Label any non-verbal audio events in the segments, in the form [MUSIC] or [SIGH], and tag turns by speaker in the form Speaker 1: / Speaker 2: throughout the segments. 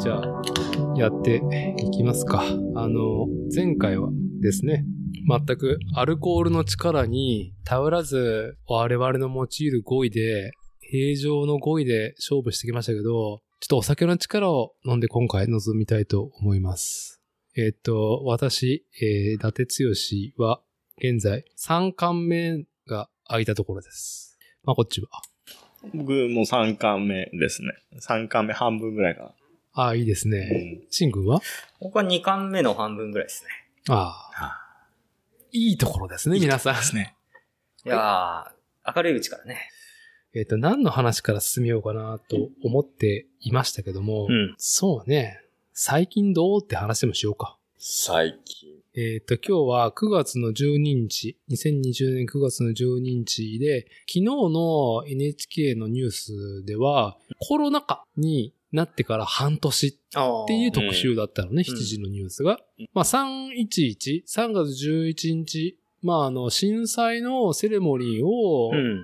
Speaker 1: じゃあ、やっていきますか。あの、前回はですね、全くアルコールの力に頼らず、我々の用いる語彙で、平常の語彙で勝負してきましたけど、ちょっとお酒の力を飲んで今回臨みたいと思います。えっと、私、えー、伊達剛は、現在、3巻目が空いたところです。まあ、こっちは。
Speaker 2: 僕もう3巻目ですね。3巻目半分ぐらいか
Speaker 1: ああ、いいです
Speaker 2: な。
Speaker 1: ね。シンくんは
Speaker 3: 僕は2巻目の半分ぐらいですね。
Speaker 1: ああ。いいところですね、皆さん。
Speaker 4: ですね。
Speaker 3: いやー、明るいうちからね。
Speaker 1: えっと、何の話から進めようかなと思っていましたけども、
Speaker 3: ん。
Speaker 1: そうね、最近どうって話でもしようか。
Speaker 4: 最近。
Speaker 1: えっ、と、今日は9月の12日、2020年9月の12日で、昨日の NHK のニュースでは、コロナ禍になってから半年っ
Speaker 3: あ
Speaker 1: っていう特集だったのね、
Speaker 3: うん
Speaker 1: 7時のニュースが。まあ、311、3月11日、まあ、あの、震災のセレモニーを、
Speaker 3: うん。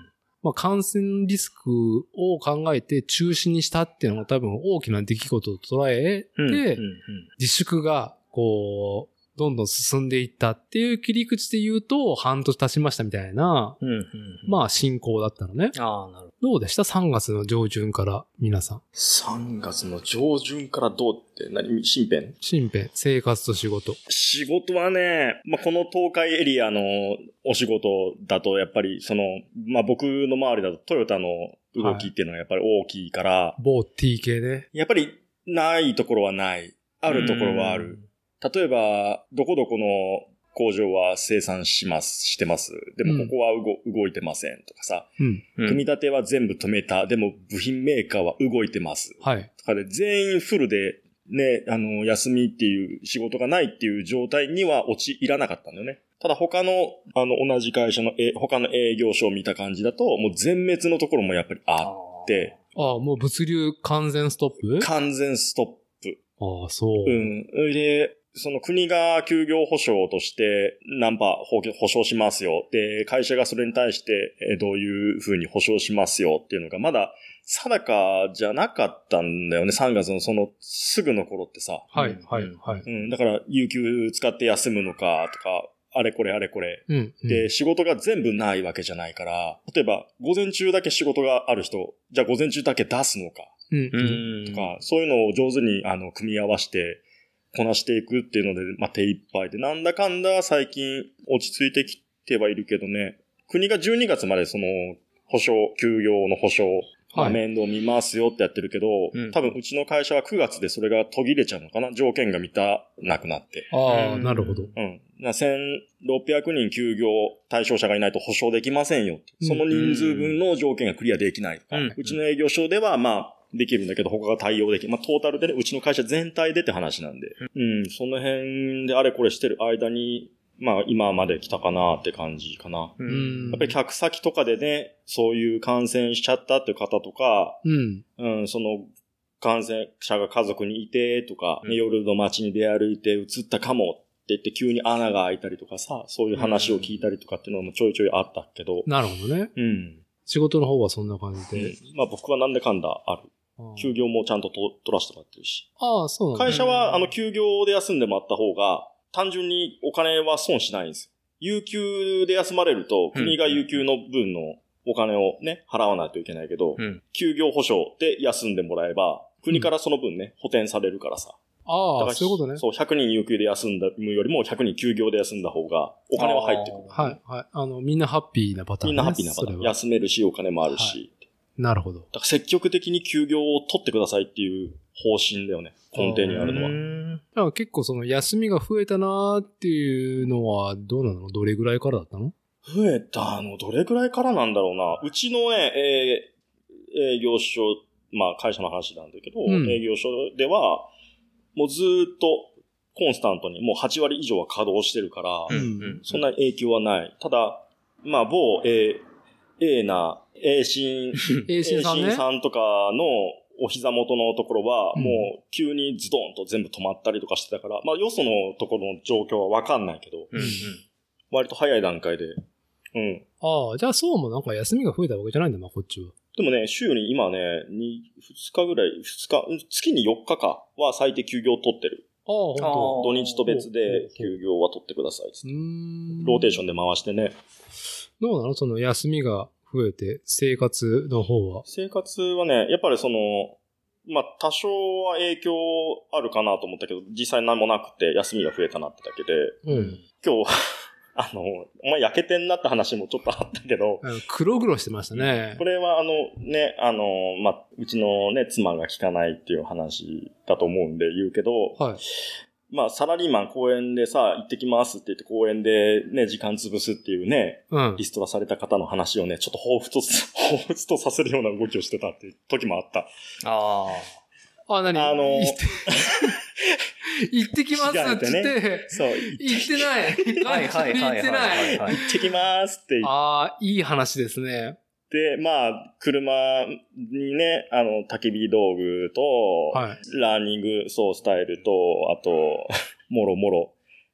Speaker 1: まあ、感染リスクを考えて中止にしたっていうのが多分大きな出来事を捉えて、
Speaker 3: うん。うん
Speaker 1: 自粛が、こう、どんどん進んでいったっていう切り口で言うと、半年経ちましたみたいな、
Speaker 3: うん。うん。
Speaker 1: まあ、進行だったのね。
Speaker 3: あ。ああ、なるほ
Speaker 1: どうでした ?3 月の上旬から、皆さん。
Speaker 4: 3月の上旬からどうって何身辺
Speaker 1: 身辺、生活と仕事。
Speaker 2: 仕事はね、まあ、この東海エリアのお仕事だと、やっぱりその、まあ、僕の周りだとトヨタの動きっていうのがやっぱり大きいから、
Speaker 1: 某 TK ね。
Speaker 2: やっぱりないところはない。あるところはある。例えば、どこどこの工場は生産します、してます。で
Speaker 1: う
Speaker 2: も
Speaker 1: ん
Speaker 2: ここは動動いてませんとかさ、
Speaker 1: うん。
Speaker 3: ど。
Speaker 2: 組み立ては全部止めた。でも部品メーカーは動いてます。
Speaker 1: はい。
Speaker 2: とかで全員フルで、ね、あの、休みっていう仕事がないっていう状態には陥らなかったんだよね。ただ他の、あの、同じ会社の、え、他の営業所を見た感じだと、もう全滅のところもやっぱりあって、
Speaker 1: ああ、もう物流完全ストップあ
Speaker 2: 完全ストップ。
Speaker 1: あ、そう。
Speaker 2: うん。で、その国が休業保障としてナンバー保障しますよ。で、会社がそれに対してえーどういうふうに保障しますよっていうのがまだ定かじゃなかったんだよね。3月のそのすぐの頃ってさ。
Speaker 1: はい、はい、はい。
Speaker 2: うん。だから、有給使って休むのかとか、あれこれあれこれ。
Speaker 1: うん。うん
Speaker 2: で、仕事が全部ないわけじゃないから、例えば、午前中だけ仕事がある人、じゃあ午前中だけ出すのか。
Speaker 1: うん。
Speaker 3: う
Speaker 1: うん
Speaker 3: ん。
Speaker 2: とか、そういうのを上手にあの組み合わせてこなしていくっていうので、まあ、手一杯で、なんだかんだ最近落ち着いてきてはいるけどね、国が12月までその保証、休業の保証、まあ
Speaker 1: はい
Speaker 2: 面倒見ますよってやってるけど、
Speaker 3: うん
Speaker 2: 多分うちの会社は9月でそれが途切れちゃうのかな条件が満たなくなって。
Speaker 1: ああ、
Speaker 3: うん
Speaker 1: なるほど。
Speaker 2: うん。な1600人休業対象者がいないと保証できませんよって。
Speaker 1: うん
Speaker 2: その人数分の条件がクリアできないとか、
Speaker 3: う
Speaker 2: うんちの営業所ではまあ、できるんだけど、他が対応できる。まあ、トータルでね、うちの会社全体でって話なんで。うん、その辺であれこれしてる間に、まあ、今まで来たかなって感じかな。
Speaker 3: う。
Speaker 1: うんん
Speaker 2: やっぱり客先とかでね、そういう感染しちゃったっていう方とか、
Speaker 1: うん。
Speaker 2: うん、その、感染者が家族にいてとか、
Speaker 3: うん
Speaker 2: 夜の街に出歩いて移ったかもって言って急に穴が開いたりとかさ、そういう話を聞いたりとかっていうのもちょいちょいあったけど、
Speaker 1: なるほどね。
Speaker 2: うん。
Speaker 1: 仕事の方はそんな感じ
Speaker 2: で
Speaker 1: で。、
Speaker 2: まあ僕はなんだかんだある。
Speaker 1: ああ
Speaker 2: 休業もちゃんとと取らせてもらってるし。
Speaker 1: ああ、そうなん
Speaker 2: 会
Speaker 1: だ。
Speaker 2: 社
Speaker 3: うん
Speaker 2: はあの休業で休んでもらった方が、単純にお金は損しないんですよ。有給で休まれると、国が有給の分のお金をね、払わないといけないけど、
Speaker 3: うん
Speaker 2: 休業保障で休んでもらえば、国からその分ね、補填されるからさ。だ
Speaker 1: あ
Speaker 2: か
Speaker 1: あ、
Speaker 2: ら
Speaker 1: そういうことね。
Speaker 2: そう、100人有給で休んだよりも、100人休業で休んだ方が、お金は入ってくる。
Speaker 1: は。い、はい。あの、みんなハッピーなパターンね。
Speaker 2: みんなハッピーなパター
Speaker 1: そ
Speaker 2: ン。
Speaker 1: れは
Speaker 2: 休めるし、お金もあるし。
Speaker 1: はなるほど。
Speaker 2: だから積極的に休業を取ってくださいっていう方針だよね。根底にあるのは。
Speaker 3: は。
Speaker 1: だから結構その休みが増えたなーっていうのはどうなのどれぐらいからだったの
Speaker 2: 増えたの、どれくらいからなんだろうな。うちのね、えー営業所、まあ会社の話なんだけど、
Speaker 1: うん
Speaker 2: 営業所では、もうずーっとコンスタントにもう8割以上は稼働してるから、
Speaker 3: うん。うん。
Speaker 2: そんなに影響はない。ただ、まあ某、えー、えな、えーしん、
Speaker 1: 栄
Speaker 2: え
Speaker 1: 新さんね。
Speaker 2: さんとかのお膝元のところは、
Speaker 1: うん
Speaker 2: もう急にズドンと全部止まったりとかしてたから、まあよそのところの状況はわかんないけど、
Speaker 3: うん。
Speaker 2: 割と早い段階で、うん、
Speaker 1: ああ、じゃあそうもなんか休みが増えたわけじゃないんだな、こっちは。
Speaker 2: でもね、週に今ね、2, 日ぐらい、2日、うん月に4日かは最低休業取ってる。
Speaker 1: ああ、本当。
Speaker 2: 土日と別で休業は取ってくださいっつ
Speaker 1: う
Speaker 2: って。
Speaker 1: ーん。
Speaker 2: ローテーションで回してね。
Speaker 1: どうなのその休みが増えて、生活の方は。
Speaker 2: 生活はね、やっぱりその、まあ、多少は影響あるかなと思ったけど、実際何もなくて休みが増えたなってだけで、
Speaker 1: うん。
Speaker 2: 今日は、 [LAUGHS] あの、お前焼けてんなって話もちょっとあったけど、
Speaker 1: あの黒々してましたね
Speaker 2: こ。れはあのね、あの、まあ、うちのね、妻が聞かないっていう話だと思うんで言うけど、
Speaker 1: はい。
Speaker 2: まあ、サラリーマン公園でさ、行ってきますって言って公園でね、時間潰すっていうね、
Speaker 1: うん
Speaker 2: リ。ストラされた方の話をね、ちょっと彷彿と、 [LAUGHS] 彷彿とさせるような動きをしてたっていう時もあった。
Speaker 3: あ
Speaker 1: あ、何
Speaker 2: あの
Speaker 1: 行っ
Speaker 2: ー
Speaker 3: [LAUGHS]
Speaker 1: て、行ってきますっつっ
Speaker 2: 違う
Speaker 1: て、
Speaker 2: そう、
Speaker 1: 行ってない。
Speaker 3: あ。はいはい
Speaker 1: 行
Speaker 3: は
Speaker 1: っ
Speaker 3: いはい
Speaker 1: てな。
Speaker 3: はいい、はい。
Speaker 2: 行ってきますって言っ
Speaker 1: ああ、いい話ですね。
Speaker 2: て、まあ、車にね、あの、焚き火道具と、
Speaker 1: はい。
Speaker 2: ラーニング、そう、スタイルと、あと、 [LAUGHS] もろもろ。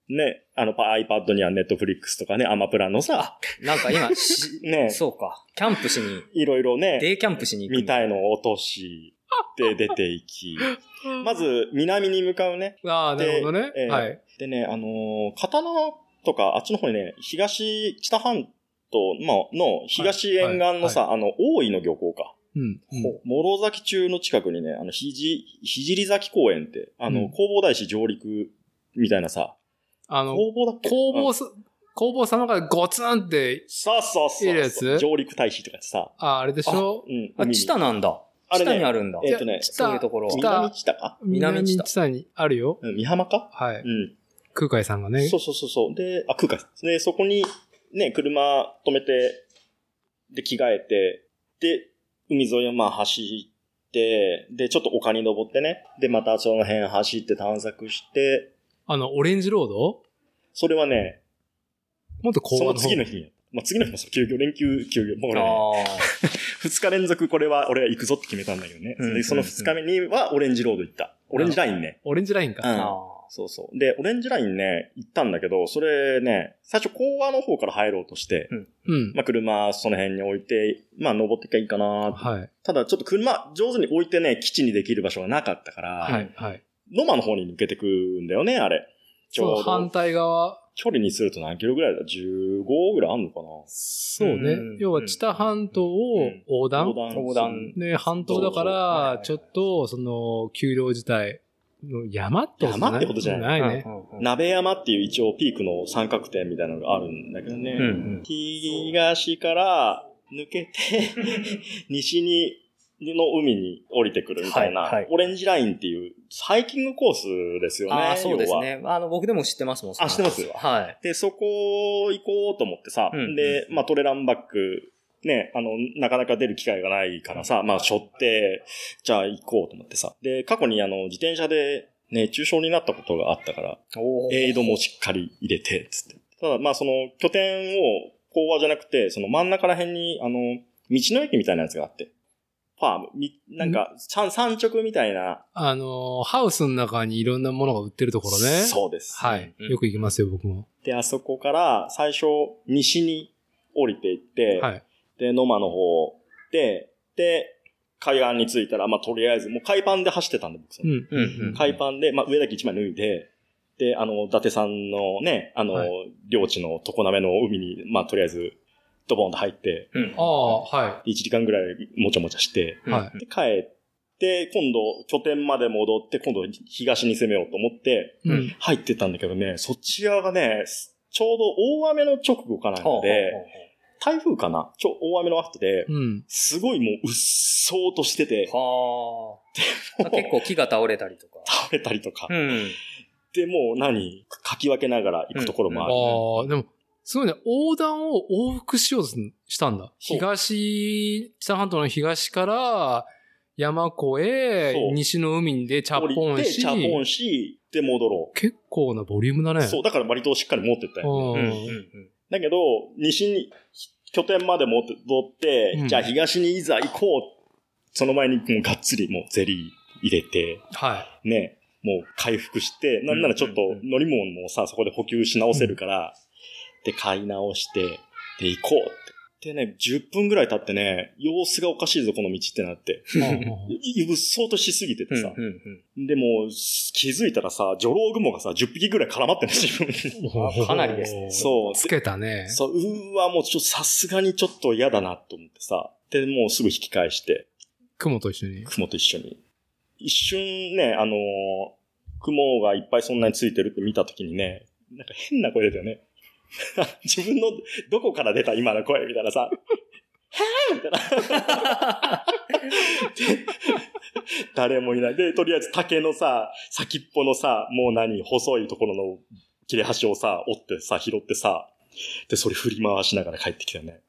Speaker 2: ね、あの、パ iPad には Netflix とかね、アマプラのさ、
Speaker 3: なんか今、し
Speaker 2: ね、
Speaker 3: そうか。キャンプしに、
Speaker 2: いろいろね、
Speaker 3: デイキャンプしに行く
Speaker 2: み
Speaker 3: んだ。
Speaker 2: たいのを落として出ていき、まず南に向かうね。
Speaker 1: ああ、なるほどね
Speaker 2: でえ。ー
Speaker 1: はい。
Speaker 2: でね、あのー刀とかあっちの方にね、東、北半島のの東沿岸のさ、あの、大井の漁港か。
Speaker 1: うん。うん
Speaker 2: 諸崎中の近くにね、あの、ひじ、ひじり崎公園って、あの、
Speaker 1: うん
Speaker 2: 弘法大師上陸みたいなさ、
Speaker 1: あの、
Speaker 2: 弘法だっけ
Speaker 1: 工
Speaker 2: うん
Speaker 1: 房さ、工房様がゴツンって、
Speaker 2: そうそうそうそう。
Speaker 1: いいです
Speaker 2: 上陸大使とかってさ、
Speaker 1: ああれでしょ
Speaker 2: うん。
Speaker 3: あ、
Speaker 2: 海に
Speaker 3: チタなんだ。
Speaker 2: あ
Speaker 3: チ
Speaker 2: れね
Speaker 3: タにあるんだ。
Speaker 2: えっとね
Speaker 1: チ
Speaker 3: そうい
Speaker 1: タ
Speaker 3: うところ。
Speaker 1: チタ
Speaker 2: 南知多か
Speaker 1: 南
Speaker 3: 南
Speaker 1: 地
Speaker 3: 知多
Speaker 1: 帯にあるよ。
Speaker 2: うん、美浜か。
Speaker 1: はいう
Speaker 2: ん。
Speaker 1: 空海さんがね
Speaker 2: そ。うそうそうそう。で、あ、空海ですね。そこに、ね、車止めて、で、着替えて、で、海沿いをまあ走って、で、ちょっと丘に登ってね。で、またその辺走って探索して、
Speaker 1: あの、オレンジロード
Speaker 2: それはね、
Speaker 1: もっと工
Speaker 2: そ
Speaker 1: 房
Speaker 2: の
Speaker 1: の
Speaker 2: 次
Speaker 1: 方
Speaker 2: の日に、まあ、次の日もそう休業、連休休業。もう
Speaker 3: あ
Speaker 2: 俺ね、
Speaker 3: あ
Speaker 2: 2日連続これは俺は行くぞって決めたんだけどね。
Speaker 3: うん
Speaker 2: で、その2日目にはオレンジロード行った。オレンジラインね。
Speaker 1: オレンジラインか。
Speaker 2: うん
Speaker 3: ー。あ
Speaker 2: そうそう。で、オレンジラインね、行ったんだけど、それね、最初、講和の方から入ろうとして、
Speaker 1: うん。
Speaker 2: まあ、車、その辺に置いて、まあ、登っていけばいいかなって
Speaker 1: はい。
Speaker 2: ただ、ちょっと車、上手に置いてね、基地にできる場所がなかったから、
Speaker 1: はい。はい。
Speaker 2: ノマの方に抜けてくんだよね、あれ。ち
Speaker 1: そ
Speaker 2: ょ
Speaker 1: の
Speaker 2: う
Speaker 1: 反
Speaker 2: ど、
Speaker 1: 対側、
Speaker 2: 距離にすると何キロぐらいだ ?15 ぐらいあんのか
Speaker 1: そうね
Speaker 3: うん。
Speaker 1: 要は、知多半島を横
Speaker 2: な
Speaker 1: 断。
Speaker 2: 断
Speaker 3: 横断
Speaker 1: ね、半島だか
Speaker 3: はいはい
Speaker 1: ら
Speaker 3: は、い
Speaker 1: ちょっと、その、丘陵自体の山ってことじゃない
Speaker 2: 山ってことじゃな
Speaker 3: ー。
Speaker 1: ないね。
Speaker 3: うんうん
Speaker 2: 鍋山っていう一応ピークの三角点みたいなのがあるんだけどね。
Speaker 3: うんうん
Speaker 2: 東から抜けて、 [LAUGHS] 西に、の海に降りてくるみたいな、
Speaker 3: はいはい
Speaker 2: オレンジラインっていうハイキングコースですよね。
Speaker 3: ああ、そうです
Speaker 2: 要は
Speaker 3: ね。あの、僕でも知ってますもん。その
Speaker 2: あ知ってます
Speaker 3: はい。
Speaker 2: で、そこ行こうと思ってさ、
Speaker 3: うん
Speaker 2: で、まあトレランバック、ね、あの、なかなか出る機会がないからさ、まあ背負って、じゃあ行こうと思ってさ。で、過去にあの、自転車で熱中症になったことがあったから、
Speaker 3: おー
Speaker 2: エイドもしっかり入れて、つって。ただ、まあその拠点を、講和じゃなくて、その真ん中ら辺に、あの、道の駅みたいなやつがあって、ファーム、みなんか、山山直みたいな、
Speaker 1: あの、ハウスの中にいろんなものが売ってるところね。
Speaker 2: そうです。
Speaker 1: はい。
Speaker 3: うん
Speaker 1: よく行きますよ、僕も。
Speaker 2: で、あそこから最初、西に降りていって、
Speaker 1: はい。
Speaker 2: で、野間の方で、で、海岸に着いたら、まあ、とりあえず、もう海パンで走ってたんで、僕その
Speaker 1: う、ん。
Speaker 3: うんうん
Speaker 2: 海パンで、まあ、上だけ一枚脱いで、で、あの、伊達さんのね、あの、
Speaker 1: は
Speaker 2: 領地の常滑の海に、まあ、とりあえず、ドボンと入って、
Speaker 3: うん
Speaker 1: ああ、は
Speaker 2: 1時間ぐらいもちゃもちゃして、
Speaker 1: い。はい。
Speaker 2: で、帰って、今度、拠点まで戻って、今度、東に攻めようと思って、
Speaker 1: う
Speaker 3: うん
Speaker 1: ん。
Speaker 2: 入ってったんだけどね、そっち側がね、ちょうど大雨の直後かなんか
Speaker 3: ほうほうほう
Speaker 2: で、台風かなちょ、大雨の後で、
Speaker 1: うん。
Speaker 2: すごいもう、うっそうとして [LAUGHS] て、
Speaker 3: はあ。結構木が倒れたりとか。
Speaker 2: 倒れたりとか。
Speaker 3: うん。
Speaker 2: で、もう何かき分けながら行くところもあ
Speaker 1: あ
Speaker 2: る。
Speaker 1: あ、でも、すごいね。横断を往復しようとしたんだ。
Speaker 2: そう
Speaker 1: 東、北半島の東から、山越え
Speaker 2: そ、う
Speaker 1: 西の海でチャ
Speaker 2: 降り
Speaker 1: ッポン
Speaker 2: て、
Speaker 1: し
Speaker 2: チ、ャポンし、で戻ろ
Speaker 1: 結構なボリュームだ
Speaker 2: う。
Speaker 1: ね。
Speaker 2: そう、だから割としっかり持ってったよ。
Speaker 1: う
Speaker 3: うん
Speaker 1: ん。
Speaker 2: だけど、西に、拠点まで持って、戻って、
Speaker 1: うん
Speaker 2: じゃあ東にいざ行こう。その前にもうがっつりもうゼリー入れて、
Speaker 1: はい。
Speaker 2: ね、もう回復して、なんならちょっと
Speaker 3: うんうんうん
Speaker 2: 乗り物もさ、そこで補給し直せるから、で、買い直して、で、行こうって。でね、10分ぐらい経ってね、様子がおかしいぞ、この道ってなって。い物騒としすぎてて
Speaker 3: うんう
Speaker 2: さ。
Speaker 3: ん
Speaker 2: でも、気づいたらさ、ジョロウグモがさ、10匹ぐらい絡まってる自分
Speaker 1: [LAUGHS]
Speaker 2: に。
Speaker 3: かなりです
Speaker 1: ね
Speaker 2: そう。
Speaker 1: つけたね。
Speaker 2: そう、うーわ、もうちょっとさすがにちょっと嫌だなと思ってさ。で、もうすぐ引き返して、
Speaker 1: 雲と一緒に。
Speaker 2: 雲と一緒に。一瞬ね、あのー雲がいっぱいそんなについてるって見たときにね、なんか変な声出たよね。 [LAUGHS] 自分の、どこから出た今の声みたいなさ。はぁみたいな。 [LAUGHS] 誰もいない。で、とりあえず竹のさ、先っぽのさ、もう何、細いところの切れ端をさ、折ってさ、拾ってさ、で、それ振り回しながら帰ってきたよね。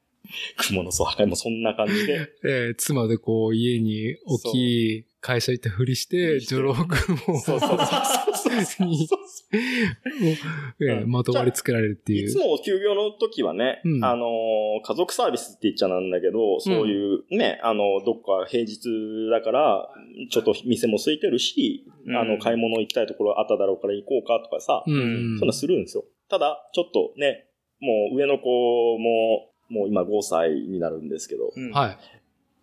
Speaker 2: 雲の巣破壊もそんな感じ [LAUGHS] で。
Speaker 1: えー妻でこう家に大きい会社行ったふりして、
Speaker 2: そ
Speaker 1: ジ
Speaker 2: う
Speaker 1: ョロウグモを
Speaker 2: そうそうそうそうそう
Speaker 1: [LAUGHS] に
Speaker 2: そう
Speaker 1: えーまとわりつけられるってい。
Speaker 2: いうつも休業の時はね、
Speaker 1: うん
Speaker 2: あのー、家族サービスって言っちゃなんだけど、そういうね、あの、どっか平日だから、ちょっと店も空いてるし、
Speaker 3: うん
Speaker 2: あの、買い物行きたいところあっただろうから行こうかとかさ、
Speaker 1: うんうん
Speaker 2: そんなするんですよ。ただ、ちょっとね、もう上の子も、もう今5歳になるんですけど、
Speaker 3: うん。
Speaker 1: は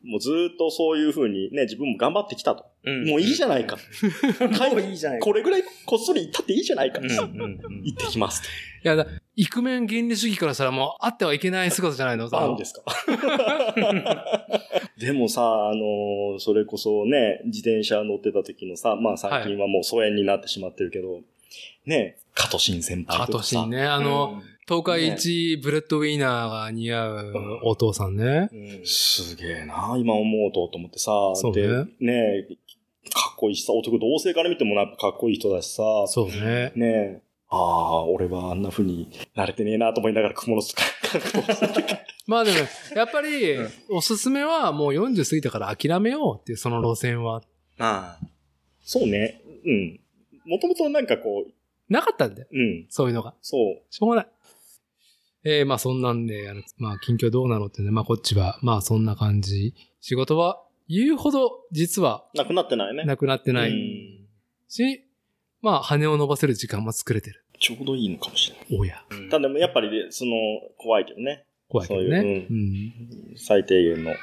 Speaker 1: い。
Speaker 2: もうずーっとそういう風にね、自分も頑張ってきたと。
Speaker 3: い。
Speaker 2: もういいじゃないか。
Speaker 3: [LAUGHS] もういいじゃないか。
Speaker 2: これぐらいこっそり行ったっていいじゃないか。
Speaker 3: うんうんうん
Speaker 2: 行ってきますと。
Speaker 1: いや、だイクメン原理主義からしたらもうあってはいけない姿じゃないの
Speaker 2: あるんですか [LAUGHS] でもさ、あのーそれこそね、自転車乗ってた時のさ、まあ最近はもう疎遠になってしまってるけど、ね、加藤新先輩
Speaker 1: カ
Speaker 2: と
Speaker 1: ト
Speaker 2: かさ。
Speaker 1: シンね。あの、、東海一ブレッドウィーナーが似合うお父さんね。
Speaker 3: うんうん
Speaker 2: すげえな、今思うとと思ってさ、
Speaker 1: そう
Speaker 2: で
Speaker 1: ね、
Speaker 2: ね、かっこいいしさ、男同性から見てもなんかかっこいい人だしさ、
Speaker 1: そうね。
Speaker 2: ねああ、俺はあんな風になれてねえなと思いながら雲の巣か
Speaker 1: まあでも、やっぱり
Speaker 3: うん、
Speaker 1: おすすめはもう40過ぎたから諦めようっていう、その路線は。
Speaker 3: まあ、
Speaker 2: [LAUGHS] そうね、うん。もともとなんかこう、
Speaker 1: なかったんだよ。
Speaker 2: うん、
Speaker 1: そういうのが。
Speaker 2: そう。
Speaker 1: しょうがない。えー、まあそんなんで、あのまあ近況どうなのってね、まあこっちは、まあそんな感じ。仕事は言うほど実は
Speaker 2: なくなってないね。
Speaker 1: なくなってな
Speaker 2: う
Speaker 1: い
Speaker 2: ん
Speaker 1: し、まあ羽を伸ばせる時間も作れてる。
Speaker 4: ちょうどいいのかもしれない。
Speaker 1: おや、
Speaker 3: うん
Speaker 2: ただでもやっぱりね、その、怖いけどね。
Speaker 1: 怖いけど
Speaker 2: そう
Speaker 1: ね
Speaker 2: い。う
Speaker 1: うん
Speaker 2: 最低限の、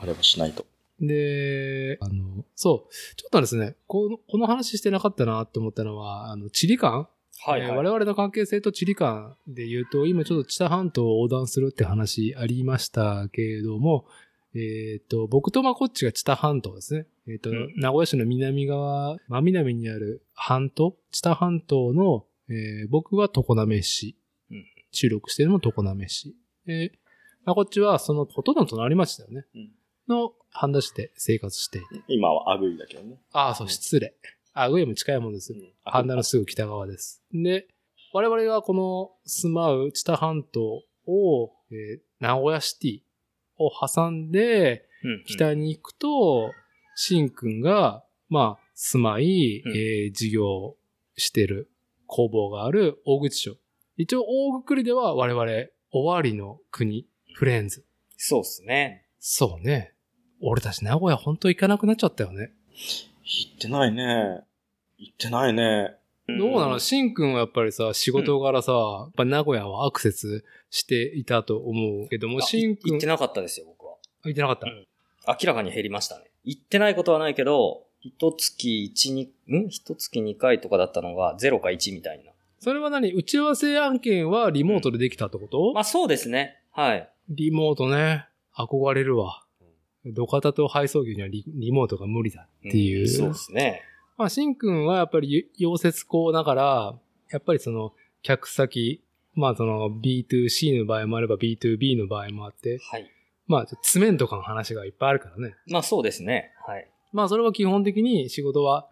Speaker 2: あれはしないと。
Speaker 1: で、あの、そう、ちょっとですね、この、この話してなかったなって思ったのは、あの、地理観、
Speaker 3: はい
Speaker 1: えー
Speaker 3: はい。
Speaker 1: 我々の関係性と地理観で言うと、今ちょっと知多半島を横断するって話ありましたけれども、えっ、と、僕とまこっちが知多半島ですね。えっ、と、
Speaker 3: うん
Speaker 1: 名古屋市の南側、真南にある半島、知多半島の、えー僕は常滑市
Speaker 3: うん。
Speaker 1: 収録してるのも常滑市。えーまこっちはそのほとんど隣町だよね。
Speaker 2: うん
Speaker 1: の半田市で生活していて。
Speaker 2: 今はアグイだけどね。
Speaker 1: ああ、そう、失礼。あ、上も近いもんです。
Speaker 2: あ
Speaker 1: 半田のすぐ北側です。で、我々がこの住まう知多半島を、えー名古屋シティを挟んで、
Speaker 3: うんうん
Speaker 1: 北に行くと、しんくんが、まあ、住まい、
Speaker 3: うん
Speaker 1: えー事業してる工房がある大口町。一応、大くりでは我々、終わりの国、フレンズ。
Speaker 3: そうっすね。
Speaker 1: そうね。俺たち名古屋本当行かなくなっちゃったよね。
Speaker 2: 行ってないね。行ってないね。
Speaker 1: どうなの
Speaker 3: ん
Speaker 1: しんくんはやっぱりさ、仕事柄さ、やっぱ名古屋はアクセスしていたと思うけども、
Speaker 3: あ
Speaker 1: しんくん、
Speaker 3: 行
Speaker 1: 行
Speaker 3: ってなかったですよ、僕は。
Speaker 1: ってなかった。
Speaker 3: 明らかに減りましたね。行ってないことはないけど、一月一二ん一月二回とかだったのが0か1みたいな。
Speaker 1: それは何打ち合わせ案件はリモートでできたってこと、
Speaker 3: まあそうですね。はい。
Speaker 1: リモートね、憧れるわ。土方と配送業にはリリモートが無理だっていう。
Speaker 3: んそうですね。
Speaker 1: まあ、しんくんはやっぱりゆ溶接工だから、やっぱりその、客先、まあその B2C の場合もあれば B2B の場合もあって、
Speaker 3: はい。
Speaker 1: まあ、ちょっと詰めんとかの話がいっぱいあるからね。
Speaker 3: まあそうですね。はい。
Speaker 1: まあそれは基本的に仕事は、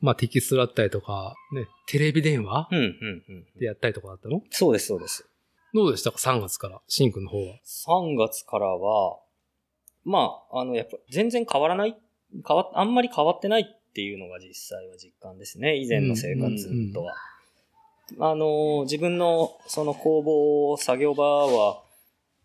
Speaker 1: まあテキストだったりとか、ね、テレビ電話
Speaker 3: うん、うん、うん。
Speaker 1: でやったりとかだったの
Speaker 3: そうです、そうです。
Speaker 1: どうでしたか ?3 月から、シンくんの方は。
Speaker 3: 3月からは、まあ、あの、やっぱ全然変わらない、変わっ、あんまり変わってないっていうのが実際は実感ですね。以前の生活とは。あの、自分のその工房、作業場は、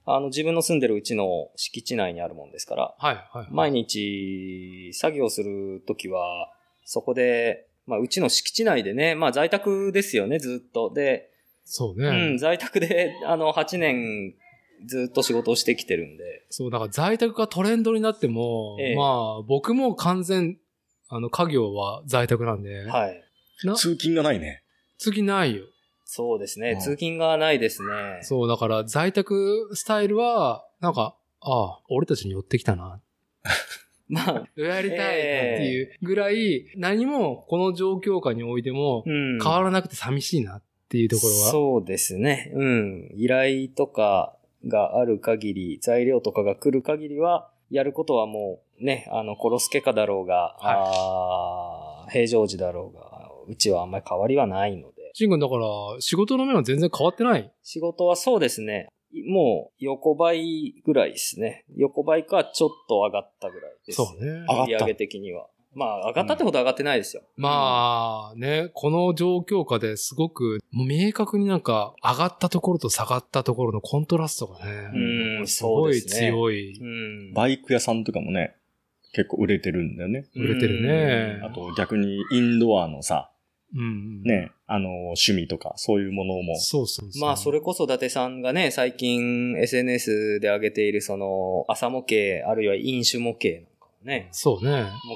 Speaker 3: あの、自分の住んでるうちの敷地内にあるもんですから、
Speaker 1: はい、はい。
Speaker 3: 毎日作業するときは、そこで、まあ、うちの敷地内でね、まあ、在宅ですよね、ずっと。で、
Speaker 1: そう
Speaker 3: うん、
Speaker 1: ね。
Speaker 3: [LAUGHS] 在宅で、あの、8年ずっと仕事をしてきてるんで、
Speaker 1: そう、だから在宅がトレンドになっても、
Speaker 3: ええ
Speaker 1: まあ、僕も完全、あの、家業は在宅なんで、
Speaker 3: はい。
Speaker 1: な
Speaker 2: 通勤がないね。
Speaker 1: 次ないよ。
Speaker 3: そうです
Speaker 2: う
Speaker 3: ね
Speaker 2: ん。
Speaker 3: 通勤がないですね。
Speaker 1: そう、だから在宅スタイルは、なんか、ああ、俺たちに寄ってきたな。
Speaker 3: まあ、
Speaker 1: やりたいっていうぐらい、何もこの状況下においても
Speaker 3: うん。
Speaker 1: 変わらなくて寂しいなっていうところは。
Speaker 3: そうですね。うん。依頼とかがある限り、材料とかが来る限りは、やることはもうね、あの、コロスケかだろうが、
Speaker 1: はい
Speaker 3: あー平常時だろうが、うちはあんまり変わりはないので、
Speaker 1: シン君、だから仕事の面は全然変わってない。
Speaker 3: 仕事はそうですね。もう横ばいぐらいですね。横ばいかちょっと上がったぐらいです。
Speaker 1: そうね。
Speaker 2: あ上がった
Speaker 3: 売り上げ的には。まあ、上がったってほど上がってないですよ。
Speaker 1: まあね、この状況下ですごく、もう明確になんか上がったところと下がったところのコントラストが
Speaker 3: う
Speaker 1: ね、
Speaker 3: ん、
Speaker 1: す
Speaker 3: そ
Speaker 1: ご
Speaker 3: う
Speaker 1: い
Speaker 3: ですね。
Speaker 1: 強い、
Speaker 3: うん。
Speaker 2: バイク屋さんとかもね、結構売れてるんだよね。
Speaker 1: 売れてるね
Speaker 2: あと逆にインドアのさ、
Speaker 1: うん。
Speaker 2: ね、あの、趣味とかそういうものも。
Speaker 1: そうそうそう。
Speaker 3: まあ、それこそ伊達さんがね、最近 SNS で上げている、その、朝模型、あるいは飲酒模型なんかもね、
Speaker 1: そうね。
Speaker 3: 模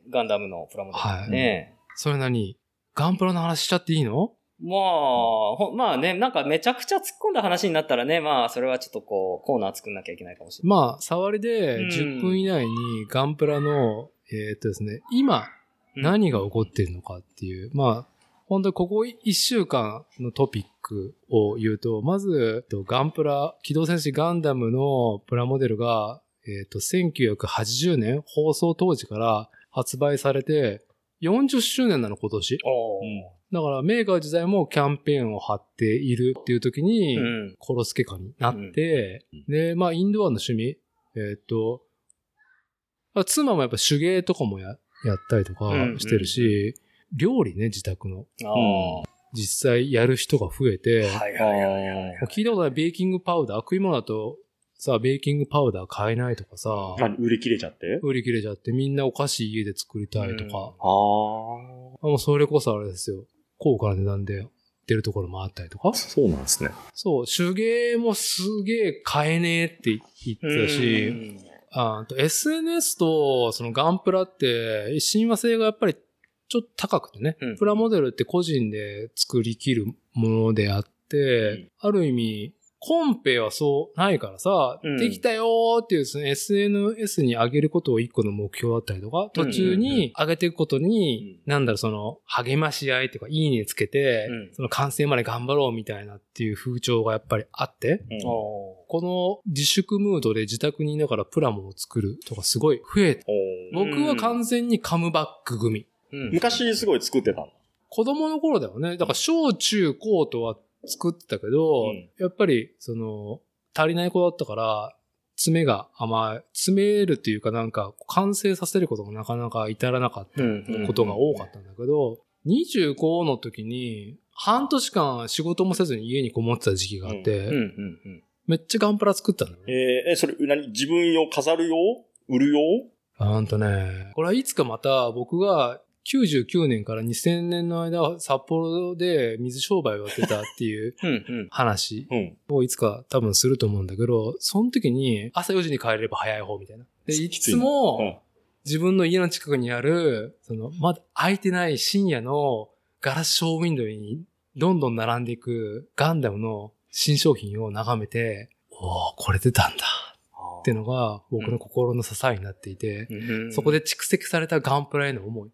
Speaker 3: 型ガンダムのプラモデルとかね。
Speaker 1: それなに、ガンプラの話しちゃっていいの
Speaker 3: まあ、ほまあね、なんかめちゃくちゃ突っ込んだ話になったらね、まあ、それはちょっとこう、コーナー作んなきゃいけないかもしれない。
Speaker 1: まあ、触りで
Speaker 3: うん
Speaker 1: 10分以内にガンプラの、えーっとですね、今何が起こっているのかっていう、まあ、本当にここ1週間のトピックを言うと、まず、えっとガンプラ、機動戦士ガンダムのプラモデルが、えーっと、1980年放送当時から発売されて、40周年なの今年。
Speaker 3: おー
Speaker 1: だからメーカー自体もキャンペーンを張っているっていう時に、
Speaker 3: うん。
Speaker 1: コロスケカになって、で、まあ、インドアの趣味、えーっと、まあ妻もやっぱ手芸とかもややったりとか
Speaker 3: うん
Speaker 1: してるし、料理ね、自宅の。
Speaker 3: ああ、
Speaker 1: 実際やる人が増えて、
Speaker 3: はい
Speaker 2: あ
Speaker 3: はいはいはい。
Speaker 2: ー
Speaker 1: もう聞いたことないベーキングパウダー、食い物だとさ、ベーキングパウダー買えないとかさ、
Speaker 2: あ売り切れちゃって
Speaker 1: 売り切れちゃってみんなお菓子家で作りたいとか、
Speaker 2: ああ。
Speaker 1: あもうそれこそあれですよ、高価な値段で出るところもあったりとか、
Speaker 2: そうなんですね。
Speaker 1: そう、手芸もすげえ買えねえって言ってたし、
Speaker 3: うん
Speaker 1: あと SNS とそのガンプラって親和性がやっぱりちょっと高くてね、
Speaker 3: うん
Speaker 1: プラモデルって個人で作りきるものであって、ある意味コンペはそうないからさ、
Speaker 3: うん
Speaker 1: できたよーっていうその SNS に上げることを一個の目標だったりとか、途中に上げていくことに、なんだろう、その励まし合いとか、いいねつけて、
Speaker 3: うん
Speaker 1: その完成まで頑張ろうみたいなっていう風潮がやっぱりあって、
Speaker 2: お
Speaker 3: お
Speaker 1: この自粛ムードで自宅にいながらプラモを作るとかすごい増えて、
Speaker 2: ー
Speaker 3: うん
Speaker 1: 僕は完全にカムバック組。
Speaker 3: ーうん
Speaker 2: 昔すごい作ってたんだ。
Speaker 1: 子供の頃だよね。だから小中高とは作ってたけど、
Speaker 2: うん
Speaker 1: やっぱりその足りない子だったから、爪が甘い、詰めるっていうかなんか完成させることもなかなか至らなかっ
Speaker 3: うんう
Speaker 1: た
Speaker 3: ん
Speaker 1: ことが多かったんだけど、25の時に半年間仕事もせずに家にこもってた時期があって、
Speaker 3: うんうんうん。
Speaker 1: めっちゃガンプラ作ったんだよね。
Speaker 2: えーえ、それ、何自分用、飾る用売る用
Speaker 1: あんとね、これはいつかまた僕が99年から2000年の間、札幌で水商売をやってたっていう [LAUGHS]
Speaker 3: うんうん。
Speaker 1: 話
Speaker 2: うん。
Speaker 1: をいつか多分すると思うんだけど、その時に朝4時に帰れれば早い方みたいな。で、い
Speaker 2: きつい
Speaker 1: つ
Speaker 2: な
Speaker 1: も自分の家の近くにある、その、まだ開いてない深夜のガラスショーウィンドウにどんどん並んでいくガンダムの新商品を眺めて、おー、これ出たんだっていうのが僕の心の支えになっていて、そこ
Speaker 3: で、
Speaker 1: で蓄積されたガンプラへの思い。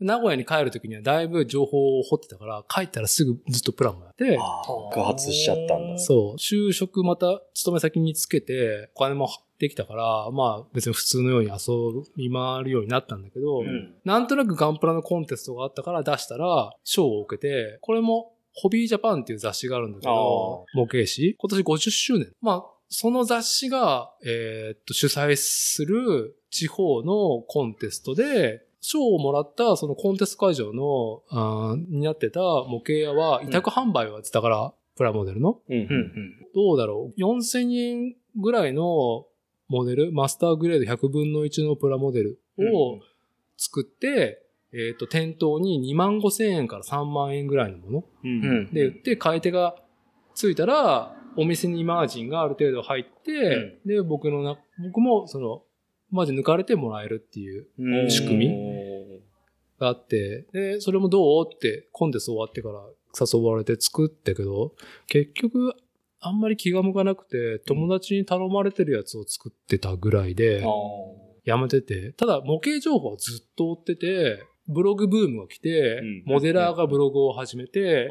Speaker 1: 名古屋に帰るときにはだいぶ情報を掘ってたから、帰ったらすぐずっとプラモやって、
Speaker 2: あー爆発しちゃったんだ。
Speaker 1: そう、就職また勤め先見つけて、お金もできたから、まあ別に普通のように遊び回るようになったんだけど、
Speaker 3: うん
Speaker 1: なんとなくガンプラのコンテストがあったから出したら、賞を受けて、これもホビージャパンっていう雑誌があるんだけ
Speaker 3: あー
Speaker 1: ど、模型誌今年50周年。まあ、その雑誌が、えーっと、主催する地方のコンテストで、賞をもらった、そのコンテスト会場の、あーになってた模型屋は、委託販売をやってたから、プラモデルの。
Speaker 2: うん
Speaker 3: うんうん。
Speaker 1: どうだろう ?4000 円ぐらいのモデル、マスターグレード100分の1のプラモデル
Speaker 3: う
Speaker 1: を作って、えっ、と、店頭に2万5千円から3万円ぐらいのもの
Speaker 2: うん
Speaker 3: うん
Speaker 1: で売って、買い手がついたら、お店にマージンがある程度入って、で、僕のな、僕もその、マージン抜かれてもらえるっていう
Speaker 3: うん
Speaker 1: 仕組みがあって、で、それもどうってコンテスト終わってから誘われて作ったけど、結局、あんまり気が向かなくて、友達に頼まれてるやつを作ってたぐらいで
Speaker 3: あ、
Speaker 1: やめてて、ただ模型情報はずっと追ってて、ブログブームが来て、
Speaker 2: うん
Speaker 1: モデラーがブログを始めて、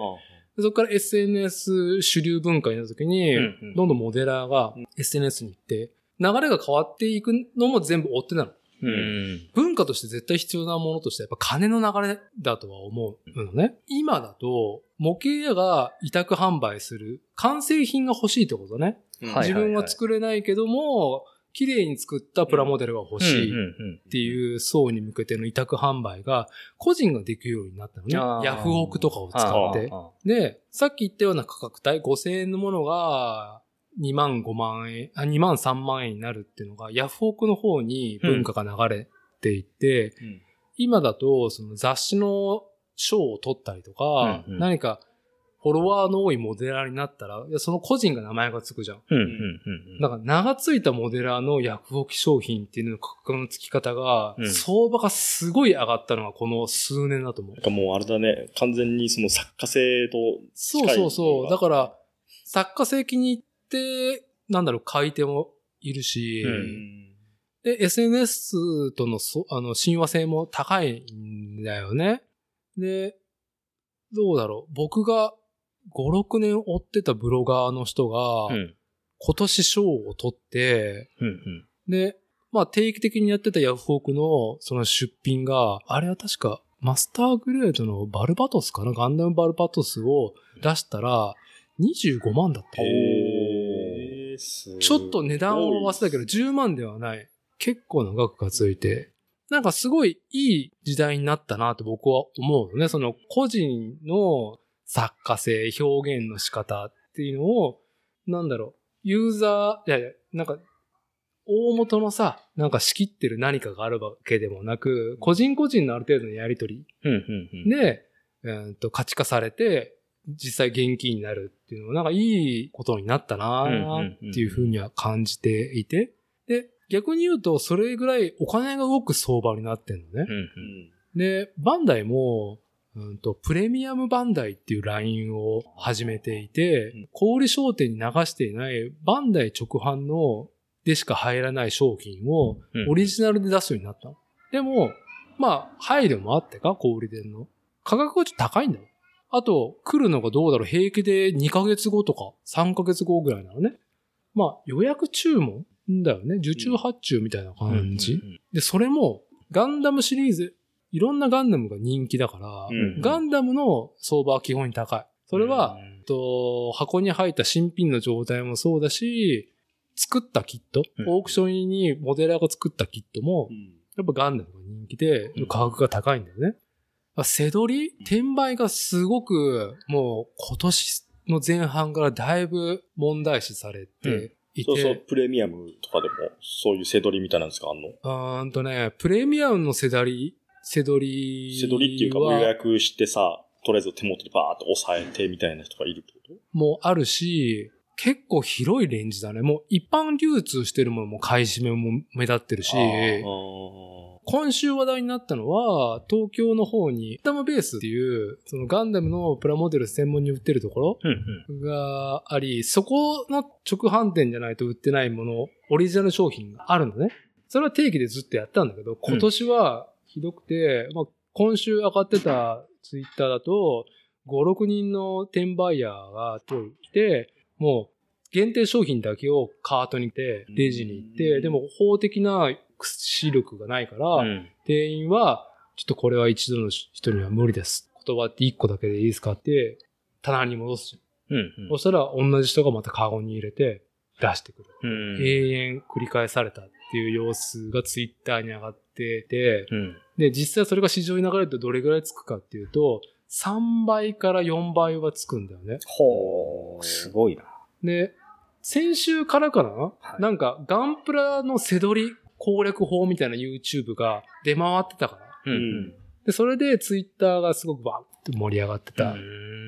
Speaker 2: あ
Speaker 1: そこから SNS 主流文化になった時に、
Speaker 3: うんうん
Speaker 1: どんどんモデラーが SNS に行って、流れが変わっていくのも全部追ってなの。
Speaker 3: ーうん。
Speaker 1: 文化として絶対必要なものとしてやっぱ金の流れだとは思うのね。今だと模型屋が委託販売する完成品が欲しいってことね。
Speaker 3: はい
Speaker 1: 自分は作れないけども、綺麗に作ったプラモデルが欲しいっていう層に向けての委託販売が個人ができるようになったのね
Speaker 3: あ。ー
Speaker 1: ヤフオクとかを使って。で、さっき言ったような価格帯、5000円のものが、2万5万円、あ、2万3万円になるっていうのが、ヤフオクの方に文化が流れていて、
Speaker 2: うん
Speaker 1: 今だと、その雑誌の賞を取ったりとか、
Speaker 3: うんうん
Speaker 1: 何かフォロワーの多いモデラーになったら、いやその個人が名前がつくじゃん。
Speaker 3: うんうんうん
Speaker 1: だから名がついたモデラーのヤフオク商品っていうのの価格の付き方が、
Speaker 3: うん
Speaker 1: 相場がすごい上がったのがこの数年だと思う
Speaker 2: なん。かもうあれだね、完全にその作家性と
Speaker 1: そうそうそう。だから、作家性気に入って、なんだろう、買い手もいるし、
Speaker 2: うん
Speaker 1: で、SNS とのそあの親和性も高いんだよね。で、どうだろう。僕が5、6年追ってたブロガーの人が、
Speaker 3: うん
Speaker 1: 今年賞を取って、
Speaker 3: うん
Speaker 1: で、まあ定期的にやってたヤフオクのその出品が、あれは確かマスターグレードのバルバトスかなガンダムバルバトスを出したら25万だった。
Speaker 2: へーすごい
Speaker 1: ちょっと値段を忘れたけど10万ではない。結構な額がついて。なんかすごいいい時代になったなって僕は思うのね。その個人の作家性、表現の仕方っていうのを、なんだろう、ユーザー、いやいや、なんか、大元のさ、なんか仕切ってる何かがあるわけでもなく、個人個人のある程度のやりとり
Speaker 3: うんうん。
Speaker 1: で、えーっと価値化されて、実際現金になるっていうのは、なんかいいことになったなーっていうふうには感じていて、で、逆に言うと、それぐらいお金が動く相場になってんのね。
Speaker 3: うん
Speaker 2: う
Speaker 3: うん
Speaker 2: ん
Speaker 1: で、バンダイも、うんと、プレミアムバンダイっていうラインを始めていて
Speaker 2: うん、
Speaker 1: 小売商店に流していないバンダイ直販のでしか入らない商品を
Speaker 3: うん
Speaker 1: オリジナルで出すようになったの。でも、まあ、配慮もあってか、小売店の。価格がちょっと高いんだよ。あと、来るのがどうだろう、平気で2ヶ月後とか3ヶ月後ぐらいなのね。まあ、予約注文だよね。受注発注みたいな感じ。で、それも、ガンダムシリーズ、いろんなガンダムが人気だから、
Speaker 2: うん
Speaker 1: ガンダムの相場は基本に高い。それは、えっと箱に入った新品の状態もそうだし、作ったキット
Speaker 3: う、ん
Speaker 1: オークションにモデラーが作ったキットも
Speaker 2: う、ん
Speaker 1: やっぱガンダムが人気で
Speaker 3: う、ん
Speaker 1: 価格が高いんだよね。まあ背取り転売がすごく、もう今年の前半からだいぶ問題視されていて、
Speaker 2: そうそう、プレミアムとかでも、そういう背取りみたいなのですかあんの
Speaker 1: うーんとね、プレミアムのせだり、せどり
Speaker 2: 背取りっていうか、もう
Speaker 1: は
Speaker 2: 予約してさ、とりあえず手元でバーっと押さえてみたいな人がいるってこと
Speaker 1: もあるし、結構広いレンジだね。もう一般流通してるものも買い占めも目立ってるし、
Speaker 2: あ
Speaker 1: 今週話題になったのは、東京の方に、ダムベースっていう、そのガンダムのプラモデル専門に売ってるところ
Speaker 3: うんうん。
Speaker 1: があり、そこの直販店じゃないと売ってないもの、オリジナル商品があるのね。それは定期でずっとやったんだけど、今年はひどくて、まあ、今週上がってたツイッターだと、5、6人の転売ヤーが当時来て、もう限定商品だけをカートに行って、レジに行っ
Speaker 2: う
Speaker 1: て、
Speaker 2: ん
Speaker 1: でも法的な屈力がないから、店員は、ちょっとこれは一度の人には無理です。断って1個だけでいいですかって、棚に戻すじゃん
Speaker 3: うん
Speaker 1: そしたら同じ人がまたカゴに入れて出してくる。
Speaker 3: うん。
Speaker 1: 永遠繰り返されたっていう様子がツイッターに上がってて、
Speaker 3: うん。
Speaker 1: で、実際それが市場に流れるとどれぐらいつくかっていうと、3倍から4倍はつくんだよね。
Speaker 3: ほう。すごいな。
Speaker 1: で、先週からかな、
Speaker 3: い
Speaker 1: なんかガンプラの背取り攻略法みたいな YouTube が出回ってたから。
Speaker 3: う
Speaker 2: うんん。
Speaker 1: で、それでツイッターがすごくバーって盛り上がってた。
Speaker 3: うん。うん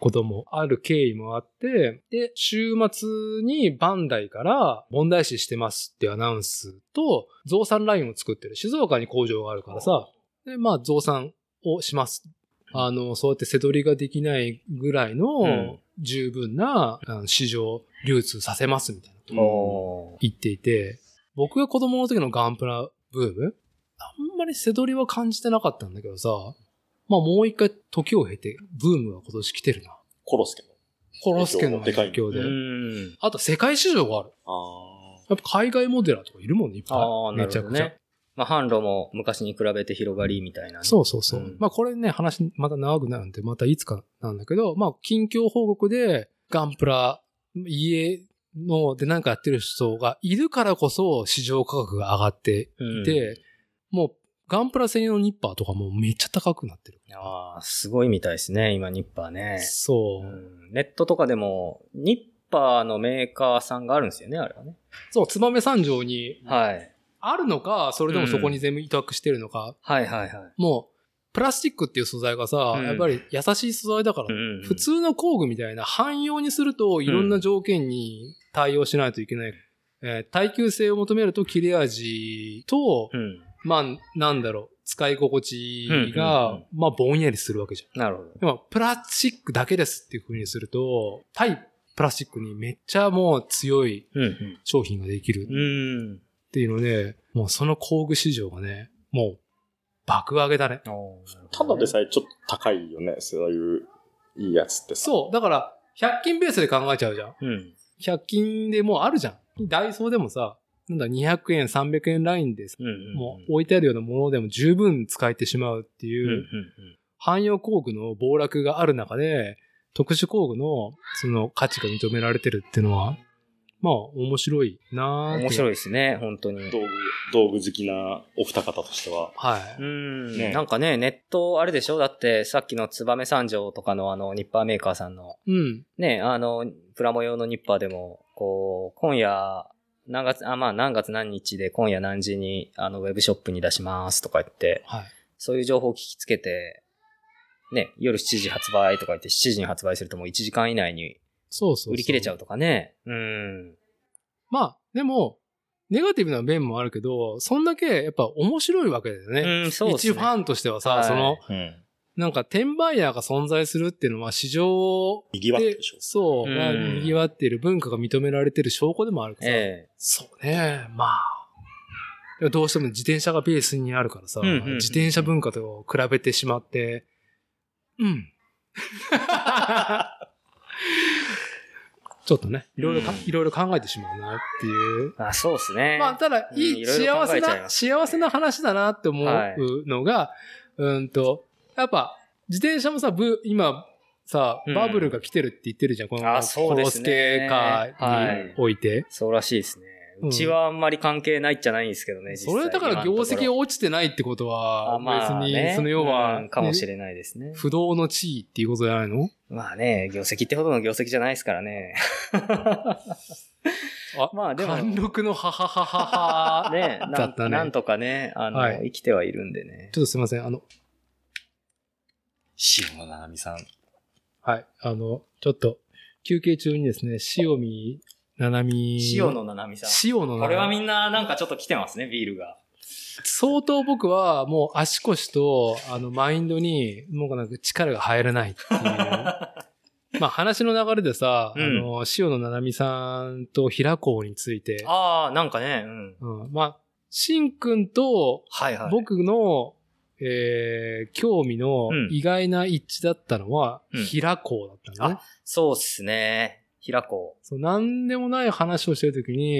Speaker 1: こともある経緯もあって、で、週末にバンダイから問題視してますっていうアナウンスと、増産ラインを作ってる。静岡に工場があるからさ、で、まあ増産をします。あの、そうやって背取りができないぐらい
Speaker 2: うん
Speaker 1: の十分な、あの市場流通させますみたいなこと
Speaker 3: うん。お
Speaker 1: 言っていて、僕が子供の時のガンプラブーム、あんまり背取りは感じてなかったんだけどさ、まあもう一回時を経て、ブームが今年来てるな。
Speaker 4: コロスケの。
Speaker 1: コロスケの影響
Speaker 3: ー
Speaker 1: で。
Speaker 3: うん。
Speaker 1: あと世界市場がある。
Speaker 4: あ
Speaker 1: やっぱ海外モデラーとかいるもんね、いっぱい。
Speaker 3: ああ、なるほど
Speaker 1: めちゃく
Speaker 3: ね。まあ、販路も昔に比べて広がりみたいなね、
Speaker 1: そうそうそう。
Speaker 3: うん
Speaker 1: まあこれね、話また長くなるんで、またいつかなんだけど、まあ近況報告でガンプラ、家のでなんかやってる人がいるからこそ市場価格が上がって
Speaker 3: うん。
Speaker 1: で、もうガンプラ専用のニッパーとかもうめっちゃ高くなってる。
Speaker 3: ああ、すごいみたいですね、今、ニッパーね。
Speaker 1: そうう。
Speaker 3: んネットとかでも、ニッパーのメーカーさんがあるんですよね、あれはね。
Speaker 1: そう、つばめ三条に
Speaker 3: はい。
Speaker 1: あるのか、それでもそこに全部委託してるのか、
Speaker 3: はいはいはい。
Speaker 1: もう、プラスチックっていう素材がさ、
Speaker 3: うん
Speaker 1: やっぱり優しい素材だから、
Speaker 3: うんうん
Speaker 1: 普通の工具みたいな汎用にするといろんな条件に対応しないといけない。えー耐久性を求めると切れ味と、
Speaker 3: うん。
Speaker 1: まあ、なんだろう、使い心地が、
Speaker 3: うんうん
Speaker 1: まあ、ぼんやりするわけじゃん。
Speaker 3: なるほど。
Speaker 1: でも、プラスチックだけですっていう風にすると、対プラスチックにめっちゃもう強い
Speaker 3: うん
Speaker 1: 商品ができる
Speaker 3: うん。うん。
Speaker 1: っていうので、もうその工具市場がね、もう爆上げだね。
Speaker 3: おーなるほどね
Speaker 4: あ。ただでさえちょっと高いよね。そういう、いいやつってさ。
Speaker 1: そう、だから、100均ベースで考えちゃうじゃん。
Speaker 3: うん。
Speaker 1: 100均でもうあるじゃん。ダイソーでもさ、なんだ、200円、300円ラインでさ
Speaker 3: うんうん。
Speaker 1: もう置いてあるようなものでも十分使えてしまうって
Speaker 3: う
Speaker 1: い
Speaker 3: ん
Speaker 1: う、
Speaker 3: うん
Speaker 1: 汎用工具の暴落がある中で、特殊工具のその価値が認められてるっていうのは、まあ面白いな
Speaker 3: うん。
Speaker 1: ーって
Speaker 3: 面白いですね、本当に。
Speaker 4: 道具、道具好きなお二方としては。
Speaker 1: は
Speaker 3: う
Speaker 1: い。
Speaker 3: ん、
Speaker 4: ね
Speaker 3: なんかね、ネット、あれでしょだって、さっきの燕三条とかのあの、ニッパーメーカーさんの、
Speaker 1: うん。
Speaker 3: ね、あの、プラモ用のニッパーでも、こう、今夜、何月、あ、まあ何月何日で今夜何時に、あの、ウェブショップに出しますとか言って、
Speaker 1: はい。
Speaker 3: そういう情報を聞きつけて、ね、夜7時発売とか言って、7時に発売するともう1時間以内に
Speaker 1: そうそうそう
Speaker 3: 売り切れちゃう。とかね。うん。
Speaker 1: まあ、でも、ネガティブな面もあるけど、そんだけやっぱ面白いわけだよね。
Speaker 3: うん、そうです
Speaker 1: 一
Speaker 3: ね。
Speaker 1: ファンとしてはさ、
Speaker 3: はい
Speaker 1: その、
Speaker 2: うん。
Speaker 1: なんか転売ヤーが存在するっていうのは市場
Speaker 4: 賑わっ
Speaker 1: で
Speaker 4: てでしょ。
Speaker 1: そう、
Speaker 3: うん
Speaker 1: まあ賑わっている文化が認められてる証拠でもあるからさ、
Speaker 3: え
Speaker 1: そうね、まあ。でもどうしても自転車がベースにあるからさ、
Speaker 3: うんうんうんうん
Speaker 1: 自転車文化と比べてしまって、
Speaker 3: [LAUGHS]
Speaker 1: うん。ちょっとね、いろいろか、
Speaker 3: うん
Speaker 1: いろいろ考えてしまうなっていう。
Speaker 3: えあ、そうですね。
Speaker 1: まあ、ただ、
Speaker 3: うん
Speaker 1: いい、
Speaker 3: いろいろ
Speaker 1: 幸
Speaker 3: 考
Speaker 1: せ
Speaker 3: えちゃい
Speaker 1: な、
Speaker 3: ます
Speaker 1: 幸せな話だなって思うのが、うんと、やっぱ、自転車もさ、ブ今、さ
Speaker 3: うん、
Speaker 1: バブルが来てるって言ってるじゃん、この、
Speaker 3: あそう
Speaker 1: コ
Speaker 3: ですね
Speaker 1: ロスケカーにおいて。
Speaker 3: そうらしいです
Speaker 1: う
Speaker 3: ね。
Speaker 1: ん
Speaker 3: うちはあんまり関係ないっちゃないんですけどね、実際
Speaker 1: それだから業績が落ちてないってことは、
Speaker 3: あまあ
Speaker 1: 別
Speaker 3: ね
Speaker 1: に、その要は、
Speaker 3: うんかもし
Speaker 1: ね
Speaker 3: れないですね。
Speaker 1: 不動の地位っていうことじゃないの
Speaker 3: まあね、業績ってほどの業績じゃないですからね。
Speaker 1: あ
Speaker 3: まあでも
Speaker 1: 貫禄のははははは。
Speaker 3: [LAUGHS] [LAUGHS] ねなん
Speaker 1: だったね
Speaker 3: なんとかね、あの、
Speaker 1: はい
Speaker 3: 生きてはいるんでね
Speaker 1: ち。ょっとすいません、あの、
Speaker 4: 塩野七海さん。
Speaker 1: はい、あの、ちょっと、休憩中にですね、塩見、七海。
Speaker 3: 塩野七海さん。
Speaker 1: 塩の
Speaker 3: これはみ
Speaker 1: なん
Speaker 3: ななんかちょっと来てますね、ビールが。
Speaker 1: 相当僕はもう足腰とあのマインドにもうなんか力が入らないって
Speaker 3: [LAUGHS]
Speaker 1: いう。まあ話の流れでさ、
Speaker 3: うん
Speaker 1: あの、塩野七海さんと平子について、
Speaker 3: ああ、なんかね、うん。
Speaker 1: うん、まあ、しんくんと
Speaker 3: はいはい。
Speaker 1: 僕の、えー興味の
Speaker 3: うん
Speaker 1: 意外な一致だったのは、
Speaker 3: うん
Speaker 1: 平子だったのね。
Speaker 3: あそうっすね。平子。
Speaker 1: そう、なんでもない話をしてるときに、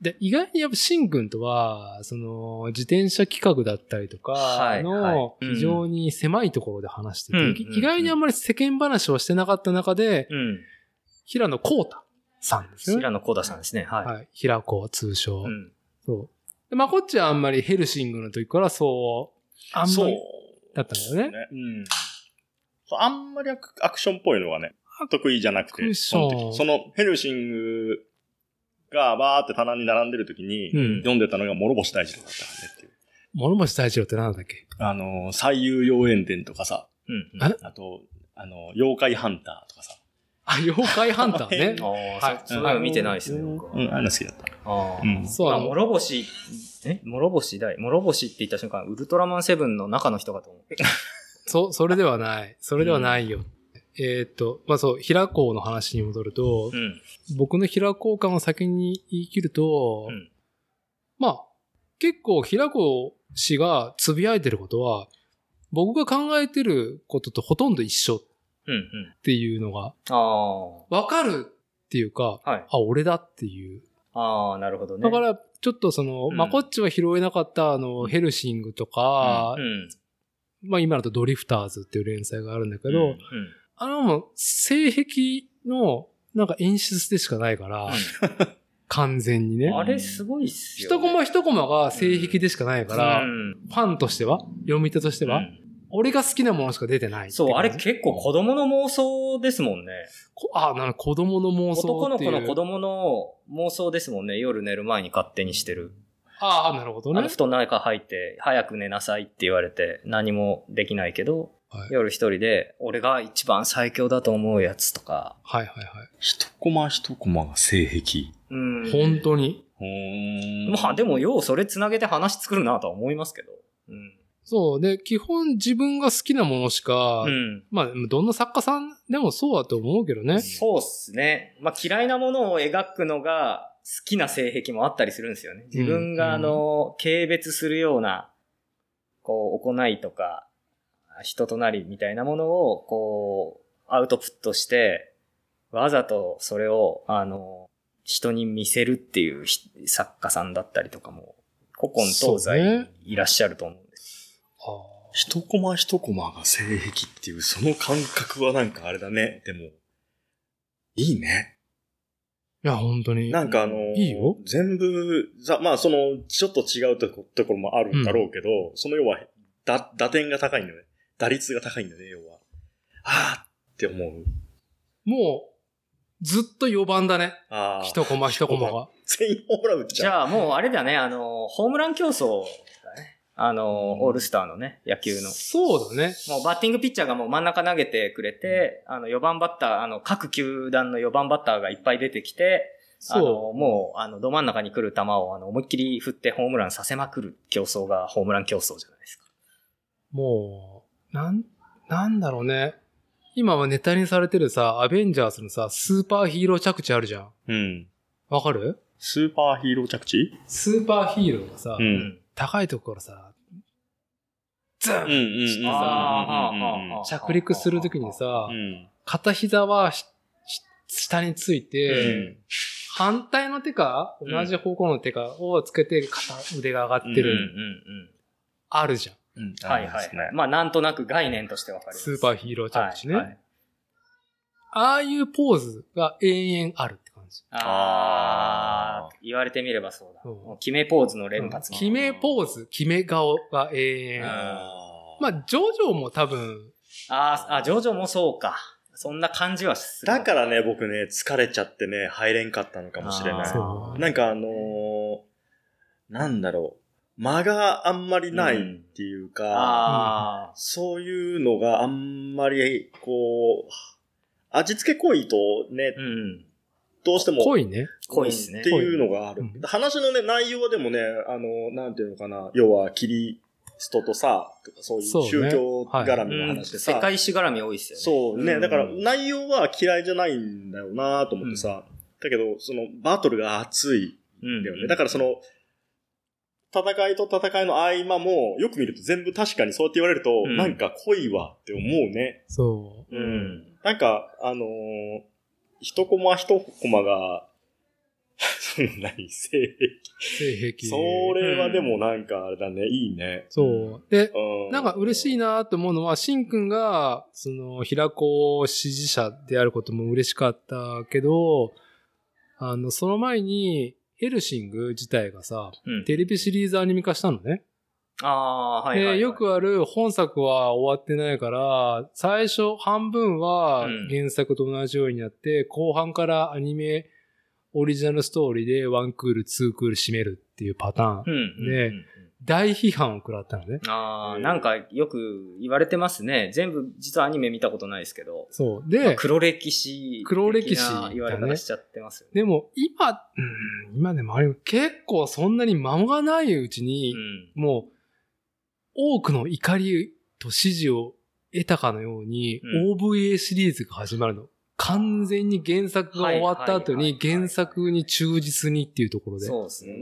Speaker 1: で、意外にやっぱシンくんとは、その、自転車企画だったりと
Speaker 3: は
Speaker 1: か
Speaker 3: いはい
Speaker 1: の、
Speaker 3: うん
Speaker 1: 非常に狭いところで話してて、
Speaker 3: うん
Speaker 1: 意外にあんまり世間話をしてなかった中で、
Speaker 3: うん。
Speaker 1: 平野幸太さんですよね。
Speaker 3: 平野幸太さんですね。はい。
Speaker 1: はい。平子、通称。
Speaker 3: うん。
Speaker 1: そう。で、まあ、こっちはあんまりヘルシングの時からそう、あんま
Speaker 4: そう
Speaker 1: り。だったんだよね。
Speaker 4: うん。
Speaker 2: そうあんまりアクアクションっぽいのがね、得意じゃなく
Speaker 1: アク
Speaker 2: て、
Speaker 1: シ
Speaker 2: そ
Speaker 1: ョ
Speaker 2: の
Speaker 1: ン
Speaker 2: 時そのヘルシングがバーって棚に並んでる時に、
Speaker 1: うん。
Speaker 2: 読んでたのが諸星大二郎だったからねっていう。
Speaker 1: 諸星大二郎ってなんだっけ
Speaker 2: あの、最優妖艶伝とかさ、
Speaker 3: うん。
Speaker 1: あ
Speaker 2: あと、あの、妖怪ハンターとかさ。
Speaker 1: あ、妖怪ハンターね。
Speaker 3: あ
Speaker 1: はい
Speaker 3: あ、そそれは見てないですね、
Speaker 1: うん
Speaker 3: 僕は。
Speaker 2: うん、あんな好きだった。
Speaker 3: ああ。
Speaker 2: うん。
Speaker 1: そう
Speaker 3: ま
Speaker 1: な
Speaker 3: あ、
Speaker 1: の。
Speaker 3: 諸星、え諸星大諸星って言った瞬間、ウルトラマンセブンの中の人かと思う。
Speaker 1: そ、それではない。それではないよ。えーっと、まあそう、平高の話に戻ると、
Speaker 3: うん。
Speaker 1: 僕の平高感を先に言い切ると、
Speaker 3: うん
Speaker 1: まあ、結構平子氏が呟いてることは、僕が考えてることとほとんど一緒っ
Speaker 3: うん、うん。
Speaker 1: ていうのが、
Speaker 3: ああ。
Speaker 1: わかるっていうか、
Speaker 3: はい。
Speaker 1: あ、俺だっていう。
Speaker 3: ああ、なるほどね。
Speaker 1: だから、ちょっとその、
Speaker 3: うん
Speaker 1: まあ、こっちは拾えなかった、あの、ヘルシングとか、
Speaker 3: うん。
Speaker 1: まあ、今だとドリフターズっていう連載があるんだけど、
Speaker 3: うん。
Speaker 1: あの、もう性癖の、なんか演出でしかないから、完全に
Speaker 3: う
Speaker 1: ね
Speaker 3: ん。あれ、すごいっすよ、
Speaker 1: 一
Speaker 3: ね。
Speaker 1: コマ一コマが性癖でしかないから、
Speaker 3: うん。
Speaker 1: ファンとしては、読み手としては、
Speaker 3: うん
Speaker 1: 俺が好きなものしか出てないって
Speaker 3: そう、あれ
Speaker 1: 感じ
Speaker 3: 結構子供の妄想ですもんね。
Speaker 1: こあ、なんか子供の妄
Speaker 3: 男
Speaker 1: 想
Speaker 3: の
Speaker 1: っていう。
Speaker 3: 子の子供の妄想ですもんね。夜寝る前に勝手にしてる。
Speaker 1: ああ、なるほど
Speaker 3: あ
Speaker 1: ね
Speaker 3: の。布団の中入って、早く寝なさいって言われて、何もできないけど、
Speaker 1: はい
Speaker 3: 夜一人で、俺が一番最強だと思うやつとか。
Speaker 1: はいはいは
Speaker 2: 一コマ一コマが性癖。
Speaker 3: うん
Speaker 1: い。。本当に。
Speaker 2: ほーん
Speaker 3: まあでも、ようそれつなげて話作るなとは思いますけど。うん。
Speaker 1: そう。で、基本自分が好きなものしか、
Speaker 3: うん。
Speaker 1: まあ、どんな作家さんでもそうだと思うけどね。
Speaker 3: そうっすね。まあ嫌いなものを描くのが好きな性癖もあったりするんですよね。自分
Speaker 1: うん
Speaker 3: があの、軽蔑するような、こう、行いとか、人となりみたいなものを、こう、アウトプットして、わざとそれを、あの、人に見せるっていうひ作家さんだったりとかも、古今東
Speaker 1: そうね
Speaker 3: 西いらっしゃると思うんです。
Speaker 1: あ
Speaker 2: 一コマ一コマが性癖っていう、その感覚はなんかあれだね。でも、いいね。
Speaker 1: ーいや、本当に。
Speaker 2: なんかあのー
Speaker 1: いいよ
Speaker 2: 全部、ざまあその、ちょっと違うとこところもあるんだろうけど、その要は、だ、打点が高いんだよね。打率が高いんだよね、要は。ああって思う。
Speaker 1: もう、ずっと4番だね。
Speaker 2: ああ。
Speaker 1: 一コマ一コマが。
Speaker 2: 全員ホームラン打っ
Speaker 3: じ
Speaker 2: ちゃう。
Speaker 3: ゃあもうあれだね、あの、ホームラン競争だね。あの、
Speaker 2: うん
Speaker 3: オールスターのね、野球の。
Speaker 1: そうだね。
Speaker 3: もうバッティングピッチャーがもう真ん中投げてくれて、あの4番バッター、あの各球団の4番バッターがいっぱい出てきて、あの
Speaker 1: そ
Speaker 3: もうあのど真ん中に来る球をあの思いっきり振ってホームランさせまくる競争がホームラン競争じゃないですか。
Speaker 1: う。もう、なん、なんだろうね。今はネタにされてるさ、アベンジャーズのさ、スーパーヒーロー着地あるじゃん。
Speaker 2: うん。
Speaker 1: わかる
Speaker 2: スーパーヒーロー着地
Speaker 1: スーパーヒーローがさ、
Speaker 2: う。
Speaker 3: うん
Speaker 1: 高いところからさ、ズ
Speaker 2: う
Speaker 1: ン
Speaker 2: んうんうん。
Speaker 3: あー
Speaker 2: うんうんうん
Speaker 3: あーあーあー
Speaker 1: 着陸するときにさ
Speaker 2: う、ん。
Speaker 1: 片膝はしし下について、
Speaker 2: うん
Speaker 1: 反対の手か、
Speaker 3: ん
Speaker 1: 同じ方向の手かをつけて片腕が上がって
Speaker 2: う
Speaker 1: る、
Speaker 2: ん
Speaker 3: うん
Speaker 1: あるじゃん。
Speaker 2: うん。
Speaker 3: うん。はい
Speaker 2: あ
Speaker 3: は
Speaker 2: ります
Speaker 3: い
Speaker 2: ね。
Speaker 3: まあなんとなく概念としてわかります。
Speaker 1: スーパーヒーロー着地ね。ああいうポーズが延々あるって感じ。
Speaker 3: ああ
Speaker 2: あ
Speaker 3: ー、言われてみればそうだ。
Speaker 1: そう
Speaker 3: もう決めポーズの連発。
Speaker 1: うん決めポーズ、決め顔が延々。
Speaker 2: あー
Speaker 1: まあ、ジョジョも多分、
Speaker 3: あーあ、ジョジョもそうか。そんな感じはする。
Speaker 2: だからね、僕ね、疲れちゃってね、入れんかったのかもしれ
Speaker 3: あ
Speaker 2: な
Speaker 3: ー
Speaker 2: い。
Speaker 1: そう
Speaker 2: なんかあのーなんだろう。間があんまりないっていうか、
Speaker 3: ああ、
Speaker 2: そういうのがあんまり、こう、味付け濃いとね
Speaker 3: う、ん。
Speaker 2: どうしても、
Speaker 1: 濃いね。
Speaker 3: 濃いっすね
Speaker 2: っていうのがある
Speaker 1: うん。
Speaker 2: 話のね、内容はでもね、あの、なんていうのかな、要はキリストとさ、とかそういう
Speaker 1: そうね
Speaker 2: 宗教絡みの
Speaker 3: うん、
Speaker 2: 話でさ、
Speaker 3: 世界史絡み多いっすよね。
Speaker 2: そうね、
Speaker 3: ん
Speaker 2: だから内容は嫌いじゃないんだよなと思ってさ、だけど、そのバトルが熱い
Speaker 3: うん
Speaker 2: んだよね。だからそ、の、戦いと戦いの合間も、よく見ると全部確かにそうやって言われると、
Speaker 3: うん
Speaker 2: なんか濃いわって思うね。
Speaker 1: そう。
Speaker 3: うん。
Speaker 2: なんか、あのー一コマ一コマが、 [LAUGHS] その何、性
Speaker 1: 性
Speaker 2: 癖。
Speaker 1: 癖。
Speaker 2: それはでもなんかあれだね、いいね。
Speaker 1: そう。で、
Speaker 2: う
Speaker 1: なんか嬉しい
Speaker 2: な。
Speaker 1: なと思うのは、しんくんが、その、平子支持者であることも嬉しかったけど、あの、その前に、ヘルシング自体がさ、
Speaker 3: うん、
Speaker 1: テレビシリーズアニメ化したのね。
Speaker 3: ああー、はいはい、はい
Speaker 1: で、よ、くある本作は終わってないから、最初半分は
Speaker 3: うん
Speaker 1: 原作と同じようにやって、後半からアニメオリジナルストーリーでワンクール、ツークール締めるっていうパターン
Speaker 3: うんうんうんうん、
Speaker 1: ね大批判を食らったのね。
Speaker 3: ああ、なんかよく言われてますね。全部、実はアニメ見たことないですけど。
Speaker 1: そう。
Speaker 3: まあ
Speaker 1: で、
Speaker 3: 黒歴史。
Speaker 1: 黒歴史だね
Speaker 3: 言われ方しちゃってますよね。
Speaker 1: でも今、うん、今でもあれ、結構そんなに間がないうちに、
Speaker 3: うん。
Speaker 1: もう、多くの怒りと支持を得たかのように、
Speaker 3: う
Speaker 1: OVA シリーズが始まるの。完全に原作が終わった後
Speaker 3: はいはい
Speaker 1: に
Speaker 3: はいはい
Speaker 1: 原作に忠実にっていうところで。
Speaker 3: そうですね。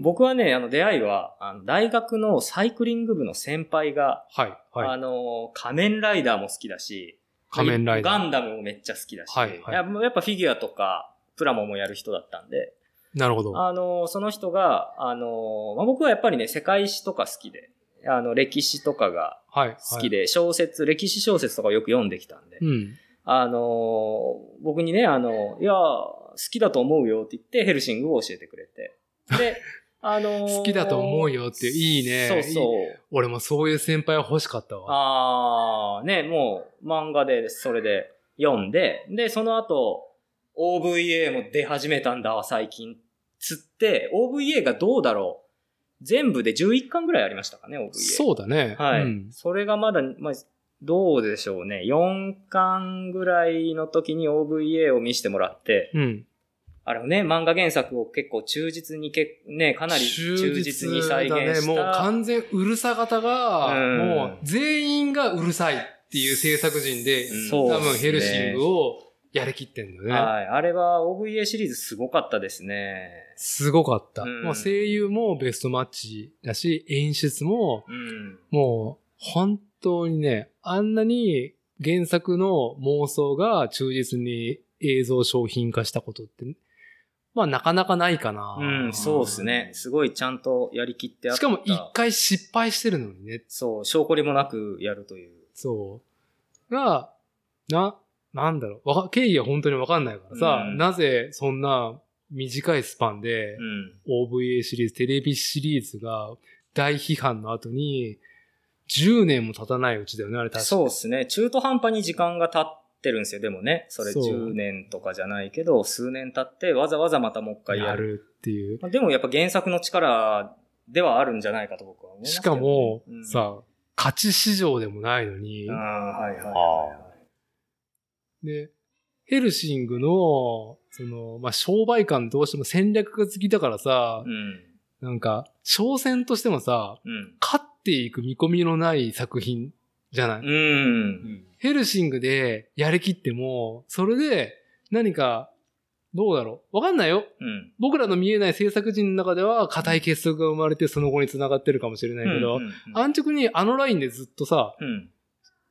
Speaker 4: 僕、
Speaker 3: 僕はね、あの、出会いは、あの大学のサイクリング部の先輩が、
Speaker 1: はい、は
Speaker 3: あ
Speaker 1: い。
Speaker 3: の、仮面ライダーも好きだし、
Speaker 1: 仮面ライダ
Speaker 3: ガ
Speaker 1: ー。
Speaker 3: ンダムもめっちゃ好きだし、
Speaker 1: はいはい
Speaker 3: ややっぱフィギュアとか、プラモもやる人だったんで、
Speaker 1: なるほど。
Speaker 3: あの、その人が、あの、まあ、僕はやっぱりね、世界史とか好きで、あの、歴史とかが
Speaker 1: はい。はい
Speaker 3: 好き。で、小説、歴史小説とかをよく読んできたんで、
Speaker 1: うん。
Speaker 3: あの、僕にね、あの、いや、好きだと思うよって言って、ヘルシングを教えてくれて。で、あ
Speaker 1: [LAUGHS]
Speaker 3: の
Speaker 1: 好きだと思うよっていいね
Speaker 3: そうそう。
Speaker 1: 俺もそういう先輩は欲しかったわ。
Speaker 3: あー、ね、もう、漫画で、それで読んで、で、その後、OVA も出始めたんだわ、最近。つって、OVA がどうだろう。全部で11巻ぐらいありましたかね、OVA。
Speaker 1: そうだね。
Speaker 3: はい。
Speaker 1: うん
Speaker 3: それがまだ、まあ、どうでしょうね。4巻ぐらいの時に OVA を見せてもらって、
Speaker 1: うん。
Speaker 3: あれもね、漫画原作を結構忠実にけ、ね、かなり忠実に再現した。
Speaker 1: 忠実だね、もう完全うるさ型が、
Speaker 3: うん
Speaker 1: もう全員がうるさいっていう制作陣で、
Speaker 3: そう
Speaker 1: 多
Speaker 3: っすね
Speaker 1: 分ヘルシングをやりきってんだよね。
Speaker 3: はい。あれは OVA シリーズすごかったですね。
Speaker 1: すごかった。
Speaker 3: うん
Speaker 1: もう声優もベストマッチだし、演出も、
Speaker 3: うん。
Speaker 1: もう本当にね、あんなに原作の妄想が忠実に映像商品化したことって、まあなかなかないかな。
Speaker 3: うん、そうですね。すごいちゃんとやりきってあった。
Speaker 1: しかも一回失敗してるのにね、
Speaker 3: そう、証拠りもなくやるという。
Speaker 1: そう。が、な、なんだろう、わか経緯は本当にわかんないからさ、
Speaker 3: うん
Speaker 1: なぜそんな短いスパンで
Speaker 3: う、ん。
Speaker 1: OVA シリーズ、テレビシリーズが大批判の後に、10年も経たないうちだよね、あれ確か
Speaker 3: そうですね。中途半端に時間が経ってるんですよ。でもね、それ
Speaker 1: そう
Speaker 3: 10年とかじゃないけど、数年経ってわざわざまたもう一回や
Speaker 1: や
Speaker 3: る。
Speaker 1: るっていう。
Speaker 3: まあでもやっぱ原作の力ではあるんじゃないかと僕は思います
Speaker 1: し
Speaker 3: けど
Speaker 1: か
Speaker 3: ね
Speaker 1: も、
Speaker 3: うん
Speaker 1: さ、勝ち市場でもないのに
Speaker 3: あ、あ、はいはいはいは
Speaker 1: で、ヘルシングの、その、まあ、商売感どうしても戦略が好きだからさ
Speaker 3: い。う、ん。
Speaker 1: なんか、商戦としてもさ、
Speaker 3: うん。
Speaker 1: 勝っていく見込みのない作品じゃない、
Speaker 3: うん。
Speaker 1: ヘルシングでやりきっても、それで何か、どうだろうわかんないよ。
Speaker 3: うん。
Speaker 1: 僕らの見えない制作陣の中では固い結束が生まれてその後に繋がってるかもしれないけど、
Speaker 3: うん、
Speaker 1: 安直にあのラインでずっとさ、
Speaker 3: うん。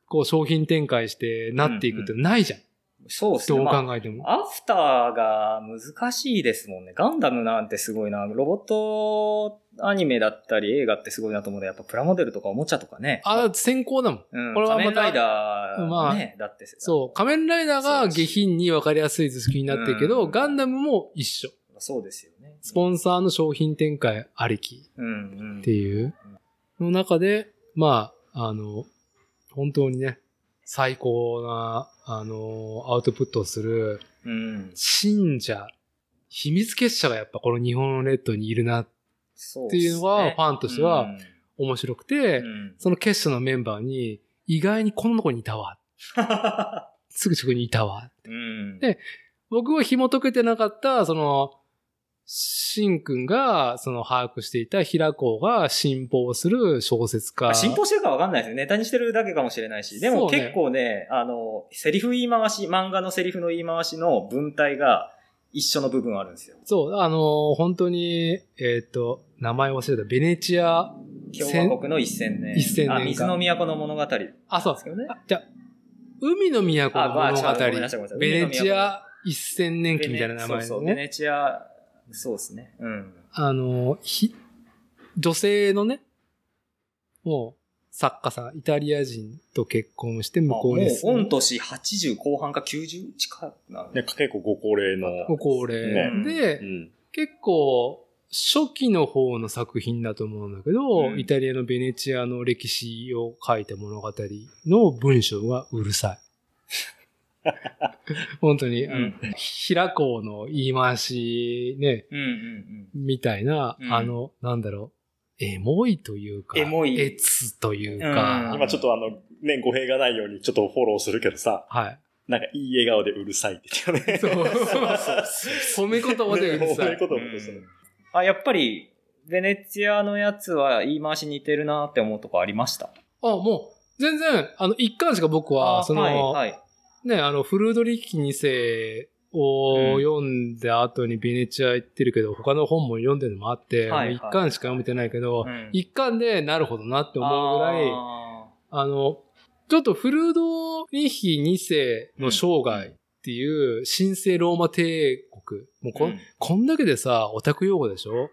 Speaker 1: こう商品展開してなっていくってないじゃん。
Speaker 3: そうですね。
Speaker 1: どう
Speaker 3: まあ
Speaker 1: 考えても。
Speaker 3: アフターが難しいですもんね。ガンダムなんてすごいな。ロボットアニメだったり映画ってすごいなと思うので、やっぱプラモデルとかおもちゃとかね。
Speaker 1: あ、先行だもん。
Speaker 3: うん、
Speaker 1: これはま
Speaker 3: 仮面
Speaker 1: た
Speaker 3: ライダー、
Speaker 1: まあ
Speaker 3: ね、だって
Speaker 1: そう。仮面ライダーが下品に分かりやすい図式になってるけど、
Speaker 3: うん
Speaker 1: ガンダムも一緒。
Speaker 3: そうですよね。
Speaker 1: スポンサーの商品展開ありき。
Speaker 3: うんうん。
Speaker 1: っていうの中で、まあ、あの、本当にね、最高な、あの、アウトプットをする、
Speaker 3: うん。
Speaker 1: 信者、秘密結社がやっぱこの日本列島にいるな、
Speaker 3: そう
Speaker 1: っていうのはファンとしては
Speaker 3: うん
Speaker 1: 面白くて、
Speaker 3: うん
Speaker 1: その結社のメンバーに、意外にこの子にいたわ。すぐ近くにいたわ。
Speaker 3: [LAUGHS] うん
Speaker 1: で僕は紐解けてなかった、その、シンくんが、その、把握していた平子が信奉する小説
Speaker 3: ま
Speaker 1: 家。
Speaker 3: あ信奉してるかわかんないですね。ネタにしてるだけかもしれないし。で
Speaker 1: そ
Speaker 3: も
Speaker 1: うね
Speaker 3: 結構ね、あの、セリフ言い回し、漫画のセリフの言い回しの文体が一緒の部分あるんですよ。
Speaker 1: そう、あのー本当に、えっ、と、名前忘れた、ベネチア、
Speaker 3: 共和国の一千年。
Speaker 1: 1000年か
Speaker 3: あ、水の都の物語。
Speaker 1: あ、そう
Speaker 3: で、すけどね。
Speaker 1: あじゃあ海の都の物
Speaker 3: あまあ違うごめんなさいごめんな
Speaker 1: 語、
Speaker 3: さい
Speaker 1: ベネチア一千年期みたいな名前
Speaker 3: そうそ
Speaker 1: の
Speaker 3: う、ベ
Speaker 1: ね、
Speaker 3: ネチア、そうですね。うん。
Speaker 1: あのーひ、女性のね、もう、作家さん、イタリア人と結婚して向
Speaker 3: あ
Speaker 1: こうに
Speaker 3: もう、
Speaker 1: 住
Speaker 3: 御
Speaker 1: む。
Speaker 3: 年80後半か90近くなの
Speaker 2: ね、結構ご高齢の。
Speaker 1: ご高齢、
Speaker 2: ね
Speaker 1: で、
Speaker 2: うん。
Speaker 1: 結構、初期の方の作品だと思うんだけど、
Speaker 3: うん
Speaker 1: イタリアのベネチアの歴史を書いた物語の文章がうるさい。本当に、
Speaker 3: う
Speaker 1: あの
Speaker 3: ん。うん
Speaker 1: 平子の言い回しね、
Speaker 3: うんうん。
Speaker 1: みたいな、
Speaker 3: うん
Speaker 1: あの、なんだろう、エモいというか、
Speaker 3: エモい
Speaker 1: エツという
Speaker 3: う
Speaker 1: か、
Speaker 3: ん
Speaker 2: 今ちょっとあの、ね、語弊がないようにちょっとフォローするけどさ、
Speaker 1: はい。
Speaker 2: なんかいい笑顔でうるさいって言ってたよね。 [LAUGHS]
Speaker 1: そう褒め言葉でうるさい
Speaker 2: ね褒め。言葉でうるさい
Speaker 3: あ、やっぱり、ベネチアのやつは言い回し似てるなって思うとこありました。
Speaker 1: あ、もう、全然、あの、一巻しか僕は、その、
Speaker 3: はい、はい。
Speaker 1: ね、あの、フルードリッキ2世を
Speaker 3: うん
Speaker 1: 読んだ後にベネチア行ってるけど、他の本も読んでるのもあって、
Speaker 3: はいはい
Speaker 1: もう一巻しか読めてないけど、
Speaker 3: うん
Speaker 1: 一巻でなるほどなって思うぐらい、あ
Speaker 3: あ
Speaker 1: の、ちょっとフルードリッヒ2世の生涯っていう神聖ローマ帝国、もう
Speaker 3: ー
Speaker 1: こ,、、
Speaker 3: うんん
Speaker 1: こんだけでさ、オタク用語でしょ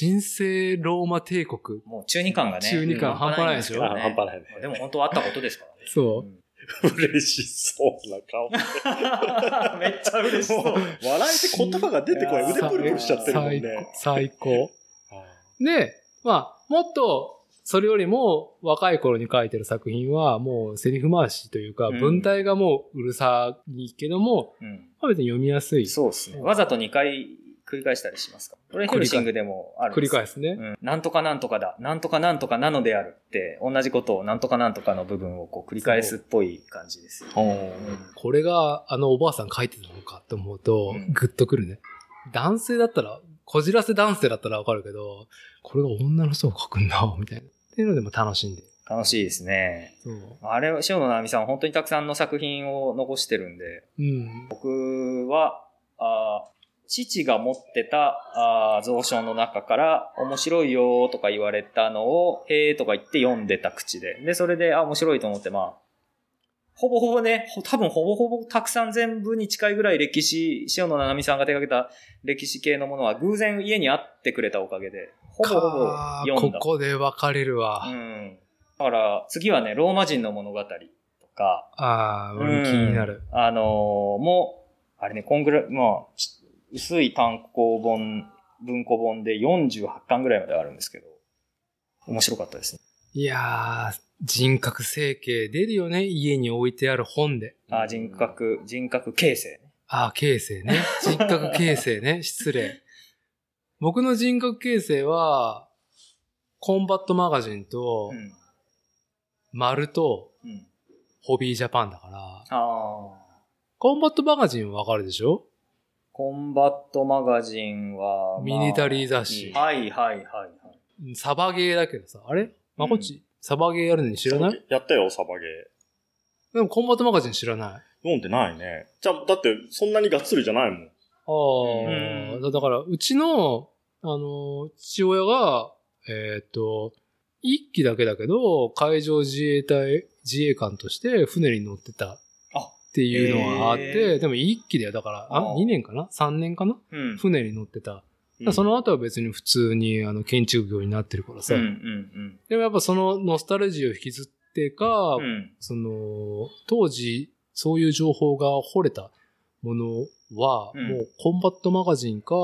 Speaker 1: 神聖ローマ帝国。
Speaker 3: もう中二感がね。
Speaker 1: 中二感
Speaker 3: うん
Speaker 1: 半端ないでしょ
Speaker 2: あ
Speaker 1: う
Speaker 2: 半端
Speaker 3: い
Speaker 2: ないね。
Speaker 3: すけどね。でも本当あったことですからね。
Speaker 1: そう
Speaker 3: うん
Speaker 2: 嬉しそうな顔。も
Speaker 3: [LAUGHS] めっちゃ嬉しそう
Speaker 2: う。笑いて言葉が出てこない。
Speaker 3: いや
Speaker 2: 腕
Speaker 3: ー
Speaker 2: プルプルしちゃってるもん
Speaker 1: 最
Speaker 2: ね
Speaker 1: 高。。最高。
Speaker 2: あ
Speaker 1: で、まあ、もっと、それよりも若い頃に書いてる作品は、もうセリフ回しというか、
Speaker 3: うん
Speaker 1: 文体がもううるさいけども、
Speaker 3: うん
Speaker 1: まあ別に読みやすい。
Speaker 3: そうですね。わざと2回繰り返したりしますかこれヘルシングでもあるん
Speaker 1: 繰
Speaker 3: で
Speaker 1: り
Speaker 3: すよ
Speaker 1: 返すね。
Speaker 3: うんなんとかなんとかだ。なんとかなんとかなのであるって、同じことをなんとかなんとかの部分をこう繰り返すっぽい感じですよ。
Speaker 1: これが、あのおばあさん書いてたのかと思うと
Speaker 3: うん、
Speaker 1: グッとくるね。男性だったら、こじらせ男性だったらわかるけど、これが女の人を書くんだ、みたいな。っていうのでも楽しんで。
Speaker 3: 楽しいですね。
Speaker 1: そう。
Speaker 3: あれ、塩野奈美さん、本当にたくさんの作品を残してるんで、
Speaker 1: うん。
Speaker 3: 僕は、あー父が持ってたあー蔵書の中から、面白いよーとか言われたのを、へーとか言って読んでた口で。で、それで、あ、面白いと思って、まあ、ほぼほぼね、ほ多分ほぼほぼたくさん全部に近いぐらい歴史、塩野七海さんが手掛けた歴史系のものは偶然家にあってくれたおかげで、ほぼほぼ
Speaker 1: か
Speaker 3: 読んだ。
Speaker 1: ここで分かれるわ。
Speaker 3: うん。だから、次はね、ローマ人の物語とか、
Speaker 1: ああ、俺も気になる。
Speaker 3: うん。あのーもう、あれね、こんぐらい、まあ、薄い単行本、文庫本で48巻ぐらいまであるんですけど、面白かったですね。
Speaker 1: いやー、人格整形出るよね。家に置いてある本で。
Speaker 3: あー人格、人格形成ね。
Speaker 1: ああ、形成ね。人格形成ね。失礼。僕の人格形成は、コンバットマガジンと
Speaker 3: う、ん。
Speaker 1: 丸と、
Speaker 3: うん。
Speaker 1: ホビージャパンだから、
Speaker 3: ああ。
Speaker 1: コンバットマガジンわかるでしょ
Speaker 3: コンバットマガジンは、まあ
Speaker 1: ミリタリー雑誌
Speaker 3: はいはいはいはい。
Speaker 1: サバゲーだけどさ、あれまこっち、サバゲーやるのに知らない
Speaker 2: やったよ、サバゲー。
Speaker 1: でもコンバットマガジン知らない。
Speaker 2: 読んでないね。じゃあ、だって、そんなにがっつりじゃないもん。
Speaker 1: ああ、
Speaker 3: うん
Speaker 1: だだから、うちの、あのー、父親が、えーっ、と、一機だけだけど、海上自衛隊、自衛官として船に乗ってたっていうのがあって、
Speaker 3: へー
Speaker 1: でも一機だよ。だから、あ、
Speaker 3: ああ
Speaker 1: 2年かな ?3 年かな
Speaker 3: うん。
Speaker 1: 船に乗ってた。
Speaker 2: うん
Speaker 1: その後は別に普通にあの建築業になってるから
Speaker 3: う
Speaker 1: さ。
Speaker 3: んうん
Speaker 1: でもやっぱそのノスタルジーを引きずってか、
Speaker 3: うん。うん。
Speaker 1: その、当時、そういう情報が掘れたものは、
Speaker 3: うん
Speaker 1: もうコンバットマガジンか、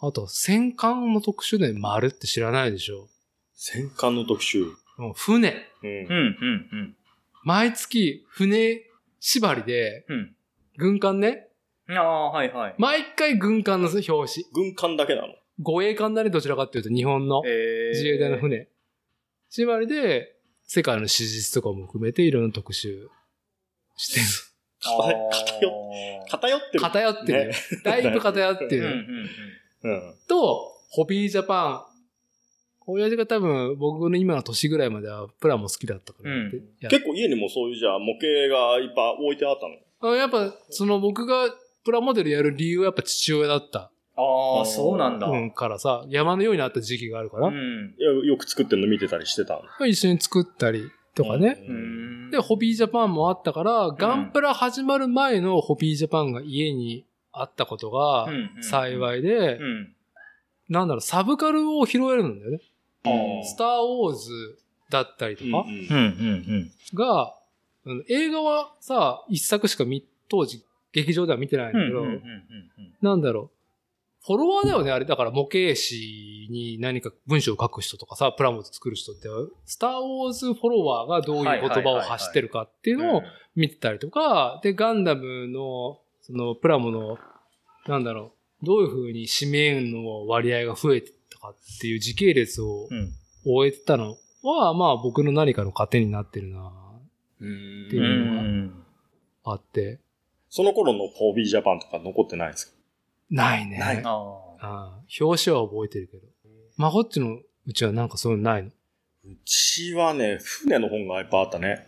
Speaker 1: あと戦艦の特集で丸って知らないでしょ。
Speaker 2: 戦艦の特集。
Speaker 1: もう船。
Speaker 2: うん
Speaker 3: うん。うんうん
Speaker 1: 毎月船縛りで、
Speaker 3: うん。
Speaker 1: 軍艦ね。
Speaker 3: うん。ああ、はいはい。
Speaker 1: 毎回軍艦の表紙。
Speaker 2: 軍艦だけなの。
Speaker 1: 護衛艦だね、どちらかっていうと日本の
Speaker 3: えー
Speaker 1: 自衛隊の船。縛りで、世界の史実とかも含めていろんな特集してる。
Speaker 2: あれ
Speaker 1: [LAUGHS]
Speaker 2: 偏っ偏
Speaker 3: っ
Speaker 2: ってる。
Speaker 1: 偏ってるよ。
Speaker 2: ね
Speaker 1: だいぶ偏って
Speaker 3: うんう
Speaker 1: る。
Speaker 3: ん
Speaker 2: うん。
Speaker 1: と、ホビージャパン。親父が多分、僕の今の年ぐらいまでは、プラも好きだったからやって、
Speaker 3: うん
Speaker 1: や
Speaker 2: 結構家にもそういうじゃあ模型がいっぱい置いてあったの。
Speaker 1: あのやっぱ、その僕がプラモデルやる理由はやっぱ父親だった。
Speaker 3: ああ、そうなんだ。
Speaker 1: うん、からさ、山のようになった時期があるから、
Speaker 3: うん。
Speaker 2: よよく作ってるの見てたりしてたの。
Speaker 1: 一緒に作ったりとかね。
Speaker 2: う。
Speaker 3: うんん
Speaker 1: で、ホビージャパンもあったから、ガンプラ始まる前のホビージャパンが家にあったことが幸
Speaker 3: い。
Speaker 1: いで
Speaker 3: う、ん。
Speaker 1: なんだろう、サブカルを拾えるんだよね。
Speaker 2: うん
Speaker 1: スターウォーズだったりと
Speaker 2: うん
Speaker 1: か
Speaker 2: う、ん
Speaker 3: うんうん
Speaker 1: が、あの映画はさ、一作しか見、当時、劇場では見てないん
Speaker 3: うん。
Speaker 1: だけど、なんだろう。フォロワーだよね、あれ。だから模型師に何か文章を書く人とかさ、プラモを作る人って、スター・ウォーズフォロワーがどういう言葉を発してるかっていうのを見てたりとか、で、ガンダムの、その、プラモの、なんだろう、どういう風に紙面の割合が増えてたかっていう時系列を
Speaker 3: うん。
Speaker 1: 終えてたのは、まあ僕の何かの糧になってるな
Speaker 4: うん
Speaker 1: って
Speaker 3: う
Speaker 1: いうのが
Speaker 3: ん。
Speaker 1: あって、
Speaker 2: その頃のホービージャパンとか残ってないんですか
Speaker 1: ないね。
Speaker 4: ない
Speaker 3: ああ。
Speaker 1: ああ表紙は覚えてるけど。まこっちのうちはなんかそういうのないの
Speaker 2: うちはね、船の本がいっぱいあったね。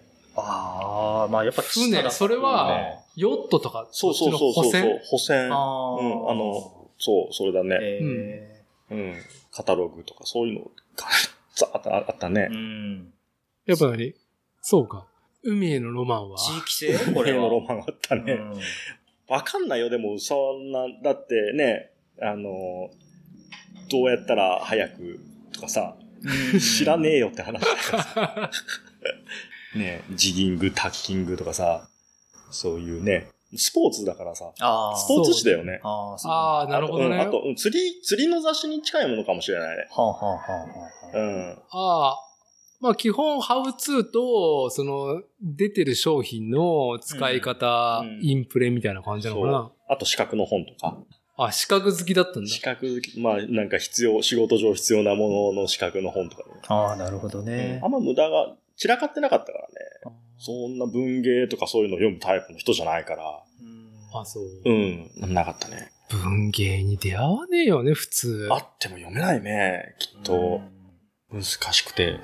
Speaker 3: ああ、まあやっぱ
Speaker 1: 船それはヨットとか、
Speaker 2: そうそうそう
Speaker 1: こっ
Speaker 2: そう
Speaker 1: ちの
Speaker 2: そ
Speaker 1: 補
Speaker 2: う。補選。う
Speaker 3: ああー、
Speaker 2: んあのそう、それだね。
Speaker 3: え
Speaker 2: うん。カタログとかそういうのがザーッとあった
Speaker 3: ー、う
Speaker 2: ね。
Speaker 3: ん。
Speaker 1: やっぱ何そうか。海へのロマンは。
Speaker 3: 地域性こ
Speaker 2: 船
Speaker 3: れは。
Speaker 2: のロマンがあったね。
Speaker 3: うん
Speaker 2: わかんないよ、でも、そんな、だってね、あの、どうやったら早くとかさ、知らねえよって話だからさね、ジギング、タッキングとかさ、そういうね、スポーツだからさ、
Speaker 3: ああ。
Speaker 2: スポーツ誌だよね。
Speaker 3: ああ、そう。
Speaker 1: ああ、
Speaker 3: は
Speaker 1: なるほどね。
Speaker 2: うんあと、うん釣り、釣りの雑誌に近いものかもしれないね。
Speaker 3: あ、はあはあ
Speaker 2: うん。
Speaker 3: は
Speaker 1: ああ。まあ基本、ハウツーと、その、出てる商品の使い方、
Speaker 2: うんうん
Speaker 1: インプレみたいな感じなのかな。
Speaker 2: あと、資格の本とか。
Speaker 1: あ、資格好きだったんだ。
Speaker 2: 資格、まあ、なんか必要、仕事上必要なものの資格の本とかね、
Speaker 3: あ。ああ、なるほどね
Speaker 2: あ。んま無駄が散らかってなかったからね。そんな文芸とかそういうの読むタイプの人じゃないから。
Speaker 3: うん。
Speaker 1: あ、そう。
Speaker 2: うん。なかったね。
Speaker 1: 文芸に出会わねえよね、普通。
Speaker 2: あっても読めないね。きっと。難しくて。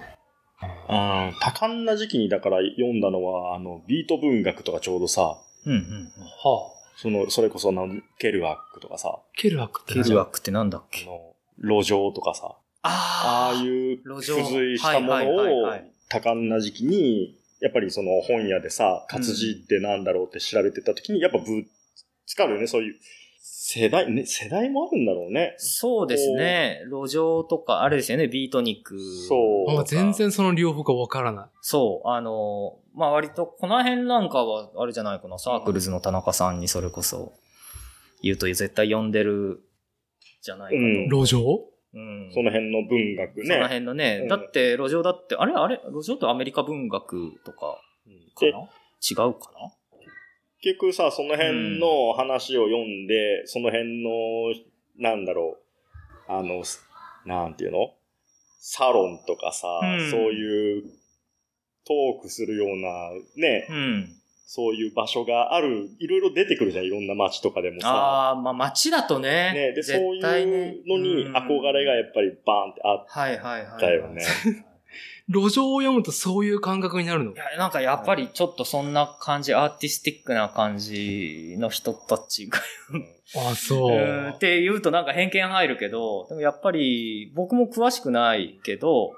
Speaker 2: うん。多感な時期にだから読んだのは、あの、ビート文学とかちょうどさ、
Speaker 3: うん。うんうんうん。
Speaker 1: はあ。
Speaker 2: その、それこそな、ケルアックとかさ、
Speaker 1: ケルアックって
Speaker 3: ケ
Speaker 1: 何
Speaker 3: ルワックってなんだっ
Speaker 2: あ
Speaker 3: け
Speaker 2: の、路上とかさ、
Speaker 3: あ
Speaker 2: ああいう付
Speaker 3: 路上
Speaker 2: 随したも
Speaker 3: はいはいはい
Speaker 2: のを
Speaker 3: はい
Speaker 2: 多感な時期に、やっぱりその本屋でさ、活字ってなんだろうって調べてた時に、やっぱぶつかるよね、そういう。世代、ね、世代もあるんだろうね。
Speaker 3: そうですね。路上とか、あれですよね、ビートニック。
Speaker 2: そう
Speaker 1: あ全。然その両方がわからない。
Speaker 3: そう、あの、まあ割と、この辺なんかは、あれじゃないかな、サークルズの田中さんにそれこそ、言うと絶対呼んでる、じゃないか
Speaker 2: うん
Speaker 3: と。
Speaker 1: 路上
Speaker 3: うん
Speaker 2: その辺の文学ね。
Speaker 3: その辺のね、
Speaker 2: うん
Speaker 3: だって路上だって、あれあれ路上ってアメリカ文学とかか
Speaker 2: で
Speaker 3: な違うか
Speaker 2: 結局さ、その辺の話を読んで、その辺の、なんだろう、あの、すなんていうのサロンとかさ、
Speaker 3: うん
Speaker 2: そういうトークするような、ね、
Speaker 3: なうん。
Speaker 2: そういう場所がある、いろいろ出てくるじゃん、いろんな街とかでもさ。
Speaker 3: ああ、まあ街だとね。
Speaker 2: ね、で、そう
Speaker 3: 絶
Speaker 2: いう
Speaker 3: 対ね
Speaker 2: のに憧れがや
Speaker 3: うん
Speaker 2: っぱりバーンってあっ
Speaker 3: はいはいはい。
Speaker 2: だよ
Speaker 3: [LAUGHS]
Speaker 2: ね
Speaker 1: 路上を読むとそういう感覚になるの
Speaker 3: い。や、なんかやっぱりちょっとそんな感じ、アーティスティックな感じの人たちが、
Speaker 1: あ、そう。
Speaker 3: うんって言うとなんか偏見入るけど、でもやっぱり僕も詳しくないけど、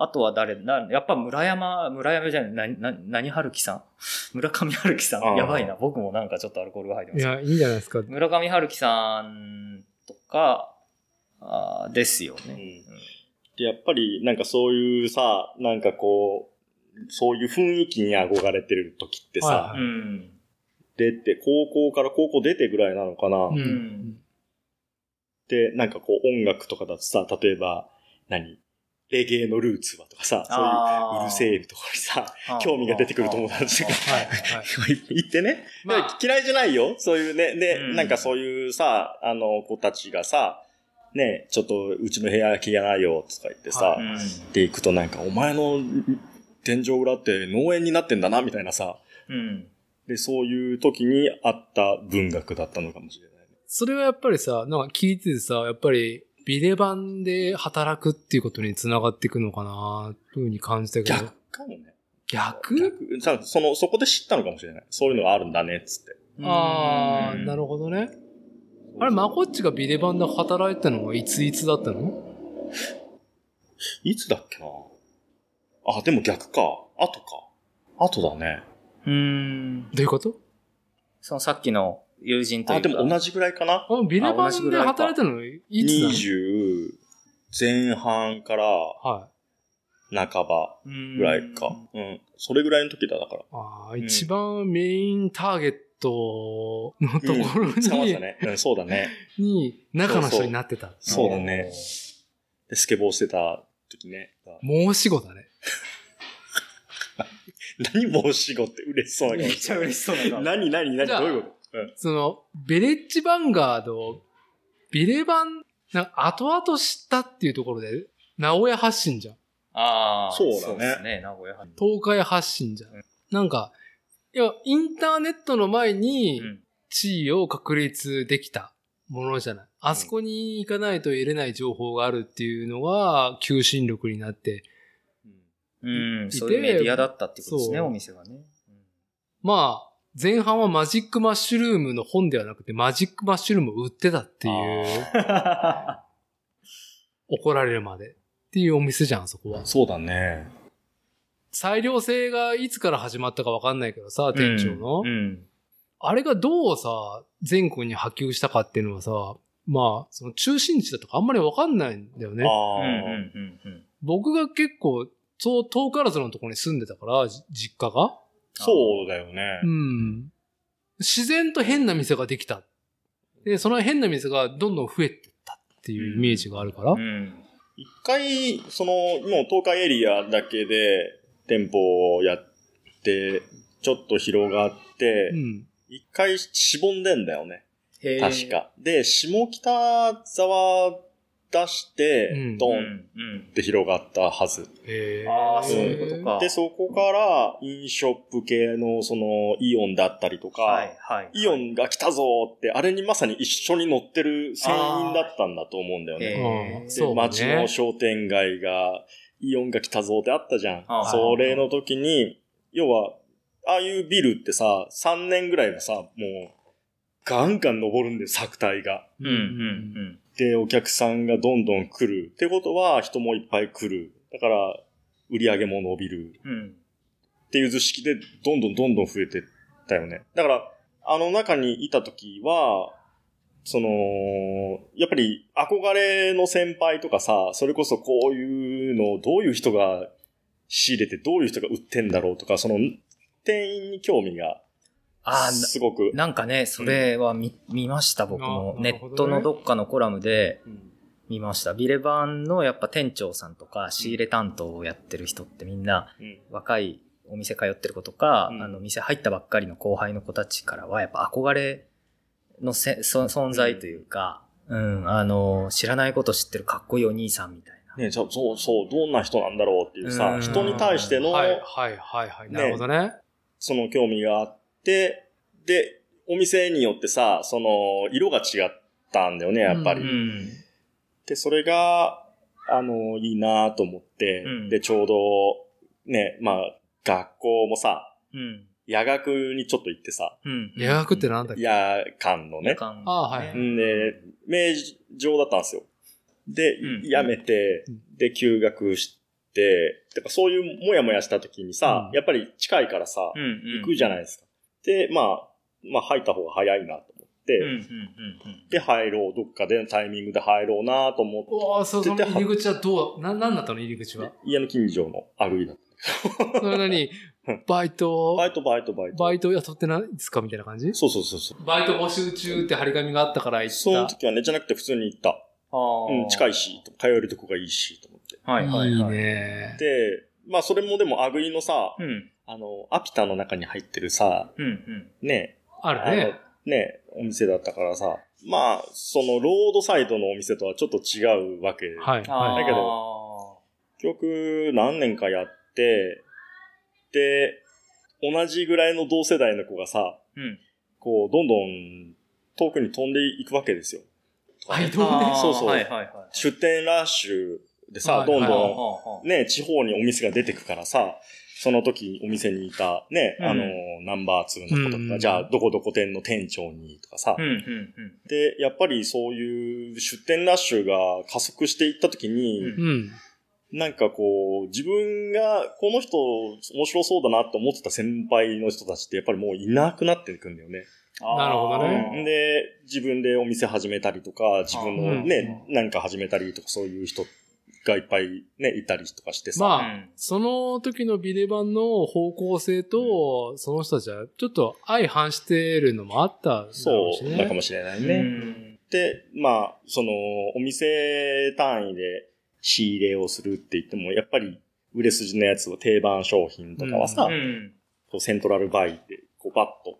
Speaker 3: あとは誰、なやっぱ村山、村山じゃない、な、な、何春樹さん村上春樹さ
Speaker 2: あ
Speaker 3: ん
Speaker 2: あ
Speaker 3: やばいな。僕もなんかちょっとアルコールが入ってま
Speaker 1: い
Speaker 3: すけど。
Speaker 1: や、いいんじゃないですか。
Speaker 3: 村上春樹さんとか、あーですよ
Speaker 2: う
Speaker 3: ね。
Speaker 2: んで、やっぱりなんかそういうさ、なんかこう、そういう雰囲気に憧れてる時ってさ、
Speaker 1: はいはい
Speaker 3: うん。
Speaker 2: 出て、高校から高校出てぐらいなのかな。
Speaker 1: うん
Speaker 3: ん
Speaker 2: で、なんかこう音楽とかだとさ、例えば、何レゲエのルーツはとかさ、そういううるせえところにさ、 [LAUGHS] 興味が出てくる友達が
Speaker 3: あー
Speaker 1: はい、はい。
Speaker 2: 行ってね。
Speaker 1: まあ
Speaker 2: で嫌いじゃないよ。そういうね、で、
Speaker 3: うん
Speaker 2: なんかそういうさ、あの子たちがさ、ね、ちょっとうちの部屋空きがないよとか言ってさ、
Speaker 1: は
Speaker 3: うん
Speaker 2: で行くとなんか、お前の天井裏って農園になってんだな、みたいなさ。
Speaker 3: うん。
Speaker 2: で、そういう時にあった文学だったのかもしれないね。
Speaker 1: それはやっぱりさ、なんか聞いててさ、やっぱりビレ版で働くっていうことにつながっていくのかな、というふうに感じたけど
Speaker 2: 逆。かもね。
Speaker 1: 逆
Speaker 2: 逆さその、そこで知ったのかもしれない。そういうのがあるんだね、つって。
Speaker 1: ああ、なる
Speaker 3: ほ
Speaker 1: ほどね。あれ、まこっちがビレ版で働いてたのはいついつだったの
Speaker 2: いつだっけなあ、でも逆か。後か。後だね。
Speaker 3: ど。うん。
Speaker 1: どういうこと
Speaker 3: そのさっきの友人とい
Speaker 2: あ、
Speaker 3: うか。
Speaker 2: でも同じぐらいかな
Speaker 1: あビレ
Speaker 3: あ同
Speaker 1: 版
Speaker 3: じぐ
Speaker 1: で
Speaker 3: らいか
Speaker 1: 働いてたのいつなの
Speaker 2: ?20 前半から
Speaker 1: はい。
Speaker 2: 半ば
Speaker 3: ぐ
Speaker 2: ぐらいか。うん。それぐらいの時だ、だから。
Speaker 1: ああ、
Speaker 2: ん
Speaker 1: 一番メインターゲットのところに、
Speaker 2: 捕まったね。うん、そう
Speaker 1: [LAUGHS]
Speaker 2: だね。
Speaker 1: に中の人になってた。
Speaker 2: そうだね。で、スケボーしてた時ね。
Speaker 1: 申し子だね。
Speaker 2: 何もしごって嬉しそうな顔
Speaker 3: めっ
Speaker 2: し
Speaker 3: ち
Speaker 2: て
Speaker 3: ゃ嬉しそうな顔。
Speaker 2: 何何何
Speaker 1: じゃあ
Speaker 2: どういうこと
Speaker 1: その、ビレッジヴァンガード、ビレ版なんか後々知ったっていうところで、名古屋発信じゃん。
Speaker 5: ああ、
Speaker 2: そうだね
Speaker 5: そうですね、名古屋発
Speaker 1: 東海発信じゃん。なんか、いや、インターネットの前に
Speaker 5: うん
Speaker 1: 地位を確立できたものじゃない。あそこに行かないと得れない情報があるっていうのが求心力になって、
Speaker 5: うん、
Speaker 1: い
Speaker 5: そういうメディアだったってことですね、
Speaker 1: そう
Speaker 5: お店がね。
Speaker 1: まあ、前半はマジックマッシュルームの本ではなくて、マジックマッシュルームを売ってたっ
Speaker 5: [LAUGHS]
Speaker 1: ていう、怒られるまでっていうお店じゃん、そこは。
Speaker 2: そうだね。
Speaker 1: 裁量制がいつから始まったかわかんないけどさ、店長の。
Speaker 5: うん。
Speaker 1: あれがどうさ、全国に波及したかっていうのはさ、まあ、その中心地だとかあんまりわかんないんだよね。
Speaker 5: うん、う
Speaker 2: ああ、
Speaker 5: ん、うん、うん。
Speaker 1: 僕が結構、そう、遠からずのところに住んでたから、じ実家が。
Speaker 2: そうだよね
Speaker 1: う。ん。自然と変な店ができた。で、その変な店がどんどん増えてったっていうイメージがあるから。
Speaker 5: うん。
Speaker 2: 一回、その、もう東海エリアだけで店舗をやって、ちょっと広がって
Speaker 1: う、ん。
Speaker 2: 一、回しぼんでんだよね。
Speaker 5: へー
Speaker 2: 確。か。で、下北沢出して、
Speaker 1: うん
Speaker 2: ド
Speaker 5: う
Speaker 2: ン
Speaker 5: ん、うん
Speaker 2: っ。て広がったはず。
Speaker 1: へー
Speaker 5: ああ、そういうことか。
Speaker 2: で、そこから、インショップ系の、その、イオンだったりとか、
Speaker 5: はい、はい。
Speaker 2: イオンが来たぞーって、あれにまさに一緒に乗ってる船員だったんだと思うんだよ
Speaker 5: へ
Speaker 2: ね。
Speaker 5: ー
Speaker 1: うん
Speaker 2: で
Speaker 1: そうね
Speaker 2: 街の商店街が、イオンが来たぞーってあったじゃん
Speaker 5: あ。ー
Speaker 2: それの時に、要は、ああいうビルってさ、3年ぐらいはさ、もう、ガンガン登るんで、作体が。
Speaker 5: うん、うん、
Speaker 2: で、お客さんがどんどん来る。ってことは、人もいっぱい来る。だから、売り上げも伸びる。
Speaker 5: うん。うん。
Speaker 2: っていう図式で、どんどんどんどん増えてったよね。だから、あの中にいた時は、その、やっぱり憧れの先輩とかさ、それこそこういうのをどういう人が仕入れて、どういう人が売ってんだろうとか、その、店員に興味が
Speaker 5: ああ、
Speaker 2: すごく。
Speaker 5: なんかね、それは見、見ました、僕も。
Speaker 1: あーな
Speaker 5: ネ
Speaker 1: るほどね
Speaker 5: ットのどっかのコラムで
Speaker 2: うん
Speaker 5: 見ました。ビレバンのやっぱ店長さんとか、仕入れ担当をやってる人ってみんな、
Speaker 2: うん
Speaker 5: 若いお店通ってる子とか、
Speaker 2: うん
Speaker 5: あの、店入ったばっかりの後輩の子たちからは、やっぱ憧れのせそ存在というか、うん、あの、知らないこと知ってるかっこいいお兄さんみたいな。
Speaker 2: ねそうそう、そう、どんな人なんだろうっていうさ、
Speaker 5: うん
Speaker 2: 人に対しての、
Speaker 1: はいはいはいはい。
Speaker 2: ね
Speaker 1: なるほどね。
Speaker 2: その興味があって、で、お店によってさ、その、色が違ったんだよね、やっぱり。
Speaker 1: う
Speaker 5: うん。
Speaker 2: で、それが、あの、いいなと思って、
Speaker 5: うん
Speaker 2: で、ちょうど、ね、まあ、学校もさ、
Speaker 5: うん。
Speaker 2: 夜学にちょっと行ってさ、
Speaker 5: うん。
Speaker 1: 夜学ってなんだっけ
Speaker 2: 夜間のね。
Speaker 5: 間
Speaker 1: あーはい
Speaker 2: んで、明治上だったんですよ。で、
Speaker 5: うん
Speaker 2: 辞めて
Speaker 1: うん、
Speaker 2: で、休学して、てかそういうもやもやした時にさ、
Speaker 1: うん
Speaker 2: やっぱり近いからさ、
Speaker 5: うん。
Speaker 2: 行くじゃないですか。で、まあ、まあ入った方が早いなと思って、
Speaker 5: うん。うん。うん。うん。
Speaker 2: で、入ろう、どっかでのタイミングで入ろうなと思って、
Speaker 1: うわあ、そうその入り口はどう、な、なんだったの入り口は。
Speaker 2: 家の近所の歩いだっ
Speaker 1: それなに、バイ
Speaker 2: た。
Speaker 1: ト、
Speaker 2: バイト、バイト、バイト。
Speaker 1: バイト雇ってないですかみたいな感じ
Speaker 2: そうそうそうそう。
Speaker 1: バイト募集中って張り紙があったから行った。
Speaker 2: その時はね、じゃなくて普通に行った。うん、近い。し、通えるとこがいいし、と思って。
Speaker 5: はいはいはい。
Speaker 1: いね。
Speaker 2: で、まあそれもでも、あぐいのさ、
Speaker 5: うん。
Speaker 2: あの、アピタの中に入ってるさ、
Speaker 5: うん。うん。
Speaker 2: ね、
Speaker 1: あ
Speaker 2: あ
Speaker 1: る
Speaker 2: の
Speaker 1: ね。、
Speaker 2: ね、お店だったからさ、まあ、そのロードサイドのお店とはちょっと違うわけで
Speaker 1: はい。
Speaker 5: あ
Speaker 1: は
Speaker 5: ー
Speaker 2: だけど、結局何年かやって、で、同じぐらいの同世代の子がさ、
Speaker 5: うん。
Speaker 2: こう、どんどん遠くに飛んでいくわけですよ。
Speaker 1: い。バイト
Speaker 5: あ
Speaker 1: ね
Speaker 5: ー
Speaker 2: そうそう
Speaker 5: はいはいはい。
Speaker 2: 出店ラッシュでさ、
Speaker 1: はい
Speaker 2: どん
Speaker 5: は
Speaker 1: あ
Speaker 5: あ
Speaker 2: ど
Speaker 5: はあはあ
Speaker 2: ん、ね、地方にお店が出てくからさ、その時お店にいたね、
Speaker 5: うん
Speaker 2: あの、ナンバー2の子とか、
Speaker 1: うんうん
Speaker 2: じゃあ、どこどこ店の店長にとかさ、
Speaker 5: うんうんうん。
Speaker 2: で、やっぱりそういう出店ラッシュが加速していった時に、
Speaker 5: うん
Speaker 1: うん。
Speaker 2: なんかこう、自分が、この人、面白そうだなと思ってた先輩の人たちって、やっぱりもういなくなっていくんだよね。
Speaker 1: なるほどね
Speaker 2: うんで、自分でお店始めたりとか、自分のね、
Speaker 5: う
Speaker 2: なんか始めたりとか、そういう人がいっぱいね、いたりとかしてさ。
Speaker 1: ま
Speaker 5: う
Speaker 1: あ
Speaker 5: ん
Speaker 1: その時のビレバンの方向性と、その人たちはちょっと相反してるのもあったんだろ
Speaker 2: そう
Speaker 1: し
Speaker 2: う、な
Speaker 1: ね
Speaker 2: か。もしれない
Speaker 5: ね
Speaker 2: ね。で、まあ、その、お店単位で仕入れをするって言っても、やっぱり、売れ筋のやつを定番商品とかはさ、
Speaker 5: うんうん
Speaker 2: こうセントラルバイで、こう、バッと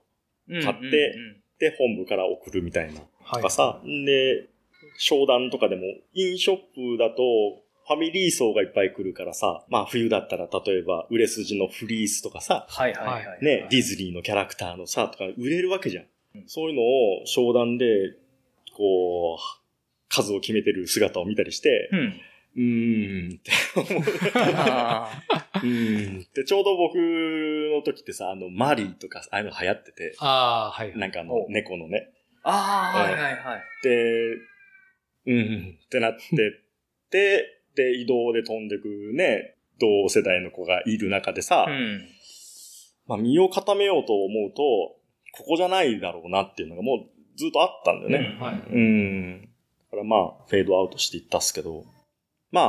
Speaker 5: うん。
Speaker 2: 買ってで、本部から送るみたいな。
Speaker 1: は
Speaker 2: とかさ、で、商談とかでも、インショップだと、ファミリー層がいっぱい来るからさ、まあ冬だったら例えば売れ筋のフリースとかさ、
Speaker 5: はいはいはいはい。
Speaker 2: ね、ディズニーのキャラクターのさ、とか売れるわけじゃん。そういうのを商談で、こう、数を決めてる姿を見たりして、 [LAUGHS]
Speaker 5: うん。
Speaker 2: うーんって思う。
Speaker 5: あ
Speaker 2: うーんって、ちょうど僕の時ってさ、あの、マリーとか、ああいうの流行ってて、
Speaker 1: ああ、はい。
Speaker 2: なんかあの
Speaker 5: お、
Speaker 2: 猫のね。
Speaker 5: あ、あーはいはいはい。
Speaker 2: で、うん、ってなってって、で、移動で飛んでくね、同世代の子がいる中でさ、
Speaker 5: うん。
Speaker 2: まあ、身を固めようと思うと、ここじゃないだろうなっていうのがもうずっとあったんだよね。
Speaker 5: うんはい。
Speaker 2: うん。だからまあ、フェードアウトしていったっすけど、ま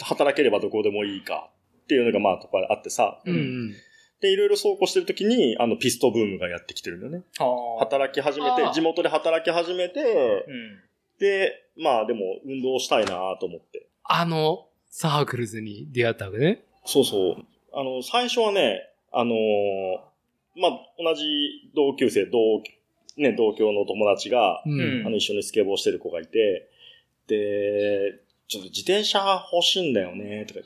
Speaker 2: あ、働ければどこでもいいかっていうのがまあ、とかあってさ、
Speaker 1: うんうん。
Speaker 2: で、いろいろ走行してる時に、あの、ピストブームがやってきてるんだよね。
Speaker 5: ああ。
Speaker 2: 働き始め
Speaker 5: あー
Speaker 2: て、地元で働き始めて、
Speaker 5: うん。
Speaker 2: で、まあでも、運動したいなと思って。
Speaker 1: あの、サークルズに出会ったわけね。
Speaker 2: そうそう。あの、最初はね、あのーまあ、同じ同級生、同、ね、同郷の友達が
Speaker 1: う、
Speaker 5: うん
Speaker 1: ん。
Speaker 2: あの、一緒にスケボーしてる子がいて、で、ちょっと自転車欲しいんだよね、とか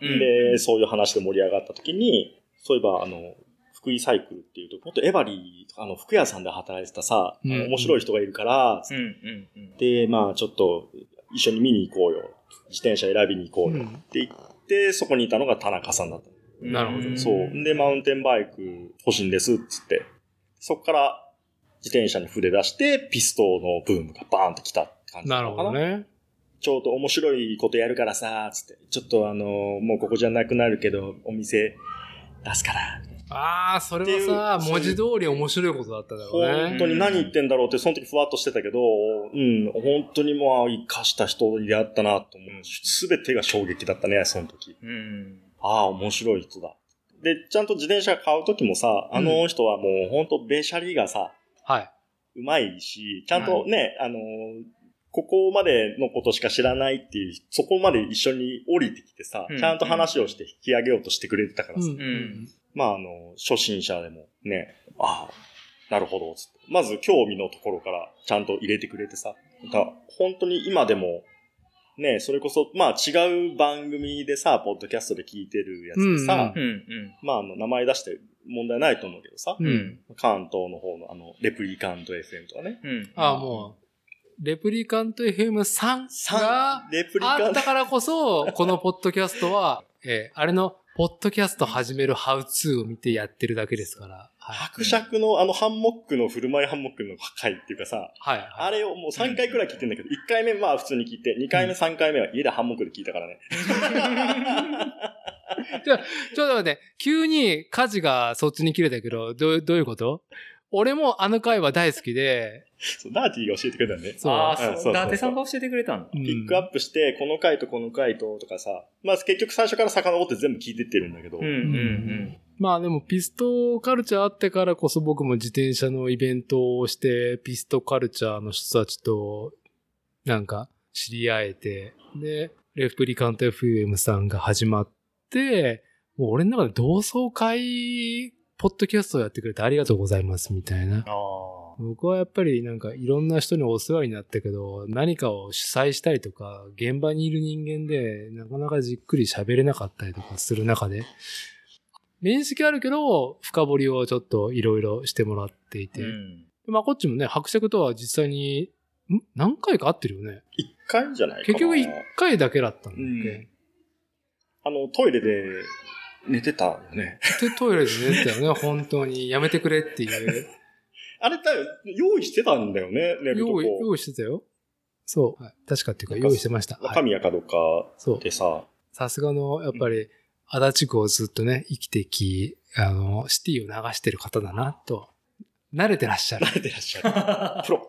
Speaker 2: 言って。
Speaker 5: うん、
Speaker 2: で、そういう話で盛り上がった時に、そういえば、あの、福井サイクルっていうと、元エバリーとか、あの、服屋さんで働いてたさ、
Speaker 1: うん
Speaker 2: あの面白い人がいるから、
Speaker 5: うんうんうん。
Speaker 2: で、まあ、ちょっと、一緒に見に行こうよ。自転車選びに行こうよ。
Speaker 1: うん
Speaker 2: って言って、そこにいたのが田中さんだった。
Speaker 1: なるほど
Speaker 2: そう。で、マウンテンバイク欲しいんです、っつって。そこから、自転車に触れ出して、ピストのブームがバーンと来たって感じ
Speaker 1: な
Speaker 2: な
Speaker 1: る
Speaker 2: の
Speaker 1: ほ
Speaker 2: かな。
Speaker 1: どね。
Speaker 2: ちょうど面白いことやるからさ、つって。ちょっとあのもうここじゃなくなるけど、お店出すから。
Speaker 1: ああ、それもさ、文字通り面白いことだっただろう
Speaker 2: 本
Speaker 1: ね。
Speaker 2: 当に何言ってんだろうって、その時ふわっとしてたけど、うん、本当にもう生かした人に出会ったなと思う。すべてが衝撃だったね、その時。
Speaker 5: うん。
Speaker 2: ああ、面白い人だ。で、ちゃんと自転車買う時もさ、あの人はもう本当ベシャリがさ、
Speaker 1: はい。
Speaker 2: うまいし、ちゃんとね、あのーここまでのことしか知らないっていう、そこまで一緒に降りてきてさ、
Speaker 5: うん
Speaker 2: ちゃんと話をして引き上げようとしてくれてたからさ、
Speaker 1: うんうん
Speaker 2: まああの、初心者でもね、ああ、なるほど、つって。まず興味のところからちゃんと入れてくれてさ、なんか本当に今でも、ね、それこそ、まあ違う番組でさ、ポッドキャストで聞いてるやつでさ、
Speaker 1: うんうん
Speaker 5: うんうん。
Speaker 2: まああの、名前出して問題ないと思うけどさ、
Speaker 1: うん。
Speaker 2: 関東の方のあの、レプリカント FM とかね、
Speaker 5: うん。
Speaker 1: ああ、もう、レプリカント FM3 が、
Speaker 2: レプリ
Speaker 1: あ
Speaker 2: カ
Speaker 1: っ
Speaker 2: ン
Speaker 1: たからこそ、このポッドキャストは、 [LAUGHS] えーあれの、ポッドキャスト始めるハウツーを見てやってるだけですから。はい。
Speaker 2: 伯爵のあのハンモックの振る舞いハンモックの回っていうかさ、
Speaker 1: はい。
Speaker 2: あれをもう3回くらい聞いてんだけど、1回目まあ普通に聞いて、2回目3回目は家でハンモックで聞いたからね。
Speaker 1: ちょっと待って、急に家事がそっちに切れたけど、どうどういうこと俺もあの回は大好きで、
Speaker 2: そう、ダーティーが教えてくれたんだよね。
Speaker 1: そう。
Speaker 5: あ
Speaker 2: うん
Speaker 5: あ、
Speaker 2: そう
Speaker 5: そ
Speaker 2: そ
Speaker 5: う。
Speaker 2: う
Speaker 5: 伊
Speaker 2: そう
Speaker 5: 達さんが教えてくれたんだ。
Speaker 1: うん
Speaker 2: ピックアップして、この回とこの回ととかさ、まあ結局最初から遡って全部聞いてってるんだけど、
Speaker 5: うんうん
Speaker 1: まあでもピストカルチャーあってからこそ僕も自転車のイベントをして、ピストカルチャーの人たちとなんか知り合えて、で、レプリカント FM さんが始まって、もう俺の中で同窓会、ポッドキャストをやってくれてありがとうございますみたいな
Speaker 5: うん。。あ
Speaker 1: 僕はやっぱりなんかいろんな人にお世話になったけど、何かを主催したりとか、現場にいる人間で、なかなかじっくり喋れなかったりとかする中で、面識あるけど、深掘りをちょっといろいろしてもらってい
Speaker 5: あ。う
Speaker 1: て。
Speaker 5: ん。
Speaker 1: まあこっちもね、伯爵とは実際に、ん何回か会ってるよね。
Speaker 2: 1回じゃないかな。
Speaker 1: 結局1回だけだったんだっけ、
Speaker 2: うんあの、トイレで寝てたよね。
Speaker 1: で、トイレで寝てたよね、本当に。やめてくれっていう。
Speaker 2: あれだよ、用意してたんだよね、寝ると
Speaker 1: 用意、用
Speaker 2: こ。
Speaker 1: 意してたよ。そう。はい確かっていうか、用意してました。はい
Speaker 2: 若宮かどうか
Speaker 1: そう。
Speaker 2: でさ、
Speaker 1: さすがの、やっぱり、足立区をずっとね、生きてき、あの、シティを流してる方だな、と。慣れてらっ
Speaker 2: [LAUGHS]
Speaker 1: しゃる。
Speaker 2: 慣れてらっしゃる。プロ。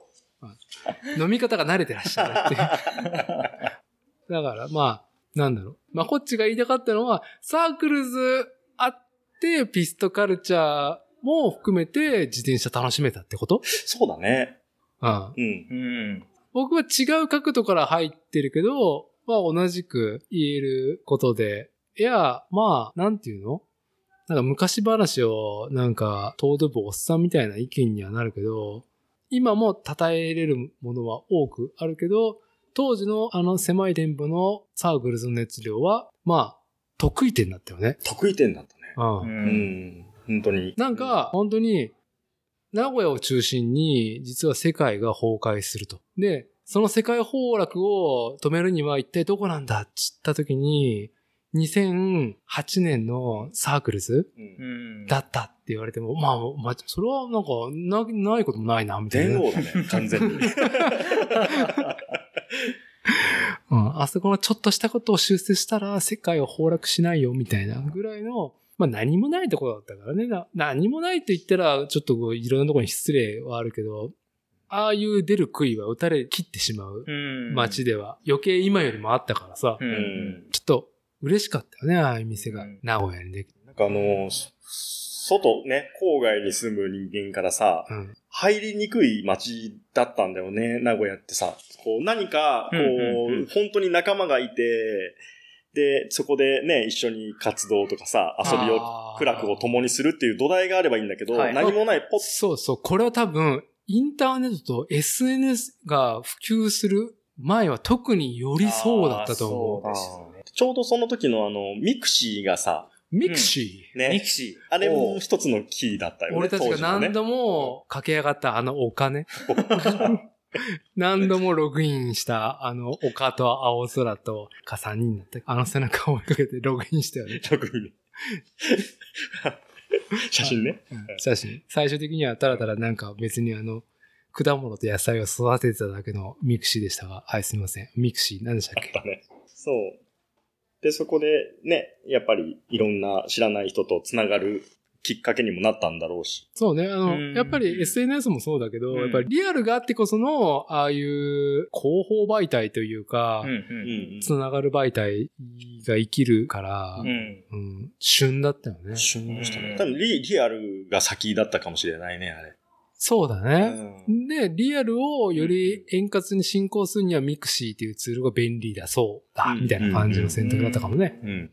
Speaker 1: 飲み方が慣れてらっしゃるっていう。だから、まあ、なんだろう。まあ、こっちが言いたかったのは、サークルズあって、ピストカルチャーも含めて自転車楽しめたってこと
Speaker 2: そうだね。
Speaker 1: うん。
Speaker 2: うん。
Speaker 5: うん。
Speaker 1: 僕は違う角度から入ってるけど、まあ同じく言えることで、いや、まあ、なんていうのなんか昔話を、なんか、尊ぶおっさんみたいな意見にはなるけど、今も称えれるものは多くあるけど、当時のあの狭い伝部のサークルズの熱量は、まあ、得意点だったよね。
Speaker 2: 得意点だったね。
Speaker 1: うん
Speaker 5: う。
Speaker 2: うんん。本当に。
Speaker 1: なんか、本当に、名古屋を中心に、実は世界が崩壊すると。で、その世界崩落を止めるには一体どこなんだって言った時に、2008年のサークルズ
Speaker 2: うん、
Speaker 5: うん
Speaker 1: だったって言われても、まあ、まあ、それはなんか、な、ないこともないな、みたい
Speaker 2: 電
Speaker 1: な。
Speaker 2: 王だね、完全に。
Speaker 1: うん。あそこのちょっとしたことを修正したら、世界は崩落しないよ、みたいなぐらいの、まあ何もないところだったからね。な何もないと言ったら、ちょっとこういろんなところに失礼はあるけど、ああいう出る杭は打たれ切ってしまう
Speaker 5: うん
Speaker 1: 街では、余計今よりもあったからさ、
Speaker 5: うん
Speaker 2: うん
Speaker 1: ちょっと嬉しかったよね、ああいう店が
Speaker 5: うん。
Speaker 1: 名古屋にできて。
Speaker 2: なんかあの、そ外ね、郊外に住む人間からさ、
Speaker 1: うん。
Speaker 2: 入りにくい街だったんだよね、名古屋ってさ。こう何か、こう、
Speaker 5: うんうんうん
Speaker 2: 本当に仲間がいて、で、そこでね、一緒に活動とかさ、遊びを、
Speaker 1: あー
Speaker 2: 苦楽を共にするっていう土台があればいいんだけど、
Speaker 5: はい
Speaker 2: 何もないポッ
Speaker 1: そうそう。これは多分、インターネットと SNS が普及する前は特によりそうだったと思う。
Speaker 5: あーそうです
Speaker 2: ちょうどその時のあの、ミクシーがさ、
Speaker 1: ミクシー。
Speaker 5: ね。ミ
Speaker 2: ね
Speaker 5: ク、シー。
Speaker 2: あれも一つのキーだったよね。
Speaker 1: 俺たちが何度も駆け上がったあの丘ね。
Speaker 2: 当時のね
Speaker 1: [LAUGHS] 何度もログインしたあの丘と青空とか3人だった。あの背中を追いかけてログインしたよね。
Speaker 2: 特にね。 [LAUGHS] 写真ね。
Speaker 1: 写真。最終的にはたらたらなんか別にあの、果物と野菜を育ててただけのミクシーでしたが、はい、すみません。ミクシー、何でしたっけ
Speaker 2: だね。そう。で、そこでね、やっぱりいろんな知らない人とつながるきっかけにもなったんだろうし。
Speaker 1: そうね。あの、
Speaker 5: うん
Speaker 1: やっぱり SNS もそうだけど、
Speaker 5: うん
Speaker 1: やっぱりリアルがあってこその、ああいう広報媒体というか、
Speaker 2: うんん
Speaker 1: つながる媒体が生きるから、
Speaker 5: うん。うん。
Speaker 1: うん旬だったよね。
Speaker 2: 旬でした
Speaker 5: う
Speaker 2: ね
Speaker 5: ん。
Speaker 2: 多分リリアルが先だったかもしれないね、あれ。
Speaker 1: そうだね。
Speaker 2: うん
Speaker 1: で、リアルをより円滑に進行するにはミクシーっていうツールが便利だそうだ、
Speaker 2: うん
Speaker 1: みたいな感じの選択だったかもね。
Speaker 2: うん。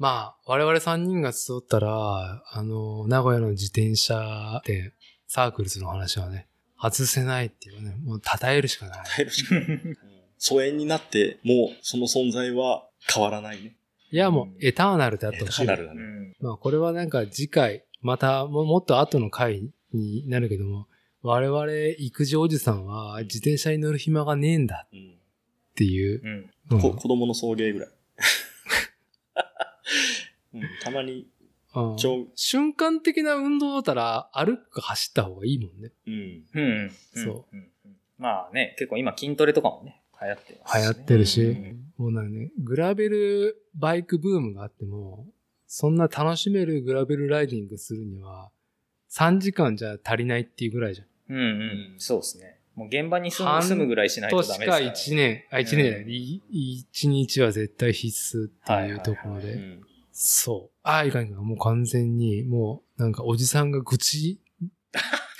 Speaker 1: まあ、我々3人が集ったら、あの、名古屋の自転車店、サークルズの話はね、外せないっていうね、もう称えるしかない。
Speaker 2: 耐え [LAUGHS] るしかないうん疎遠になって、もうその存在は変わらないね。
Speaker 1: いや、もう、エターナルであってほしい。
Speaker 2: なるだね。
Speaker 1: まあ、これはなんか次回、またも、もっと後の回になるけども、我々、育児おじさんは自転車に乗る暇がねえんだ
Speaker 2: うん
Speaker 1: っていう。
Speaker 5: うん。
Speaker 1: うん
Speaker 2: こ子供の送迎ぐらい。 [LAUGHS] うんたまに、
Speaker 1: うん
Speaker 2: ちょ、
Speaker 1: 瞬間的な運動だったら、歩くか走った方がいいもんね。
Speaker 2: うん。
Speaker 5: うん。
Speaker 1: そ
Speaker 5: うん。うんまあね、結構今筋トレとかもね、流行ってますし
Speaker 1: 流
Speaker 5: ね
Speaker 1: 行ってるし、
Speaker 5: うん
Speaker 1: もうなんかね、グラベルバイクブームがあっても、そんな楽しめるグラベルライディングするには、3時間じゃ足りないっていうぐらいじゃ
Speaker 5: う
Speaker 1: ん。
Speaker 5: んうん。そうですね。もう現場に住む
Speaker 1: 半
Speaker 5: 住むぐらいしないと
Speaker 1: と
Speaker 5: ダ
Speaker 1: し
Speaker 5: メ
Speaker 1: か
Speaker 5: です
Speaker 1: 1
Speaker 5: か
Speaker 1: 年、あ、1年じゃな
Speaker 5: う
Speaker 1: い、
Speaker 5: ん
Speaker 1: い1日は絶対必須っていうところ
Speaker 2: う
Speaker 1: で。
Speaker 2: ん
Speaker 1: そう。ああ、いかんいかん。もう完全に、もうなんかおじさんが愚痴に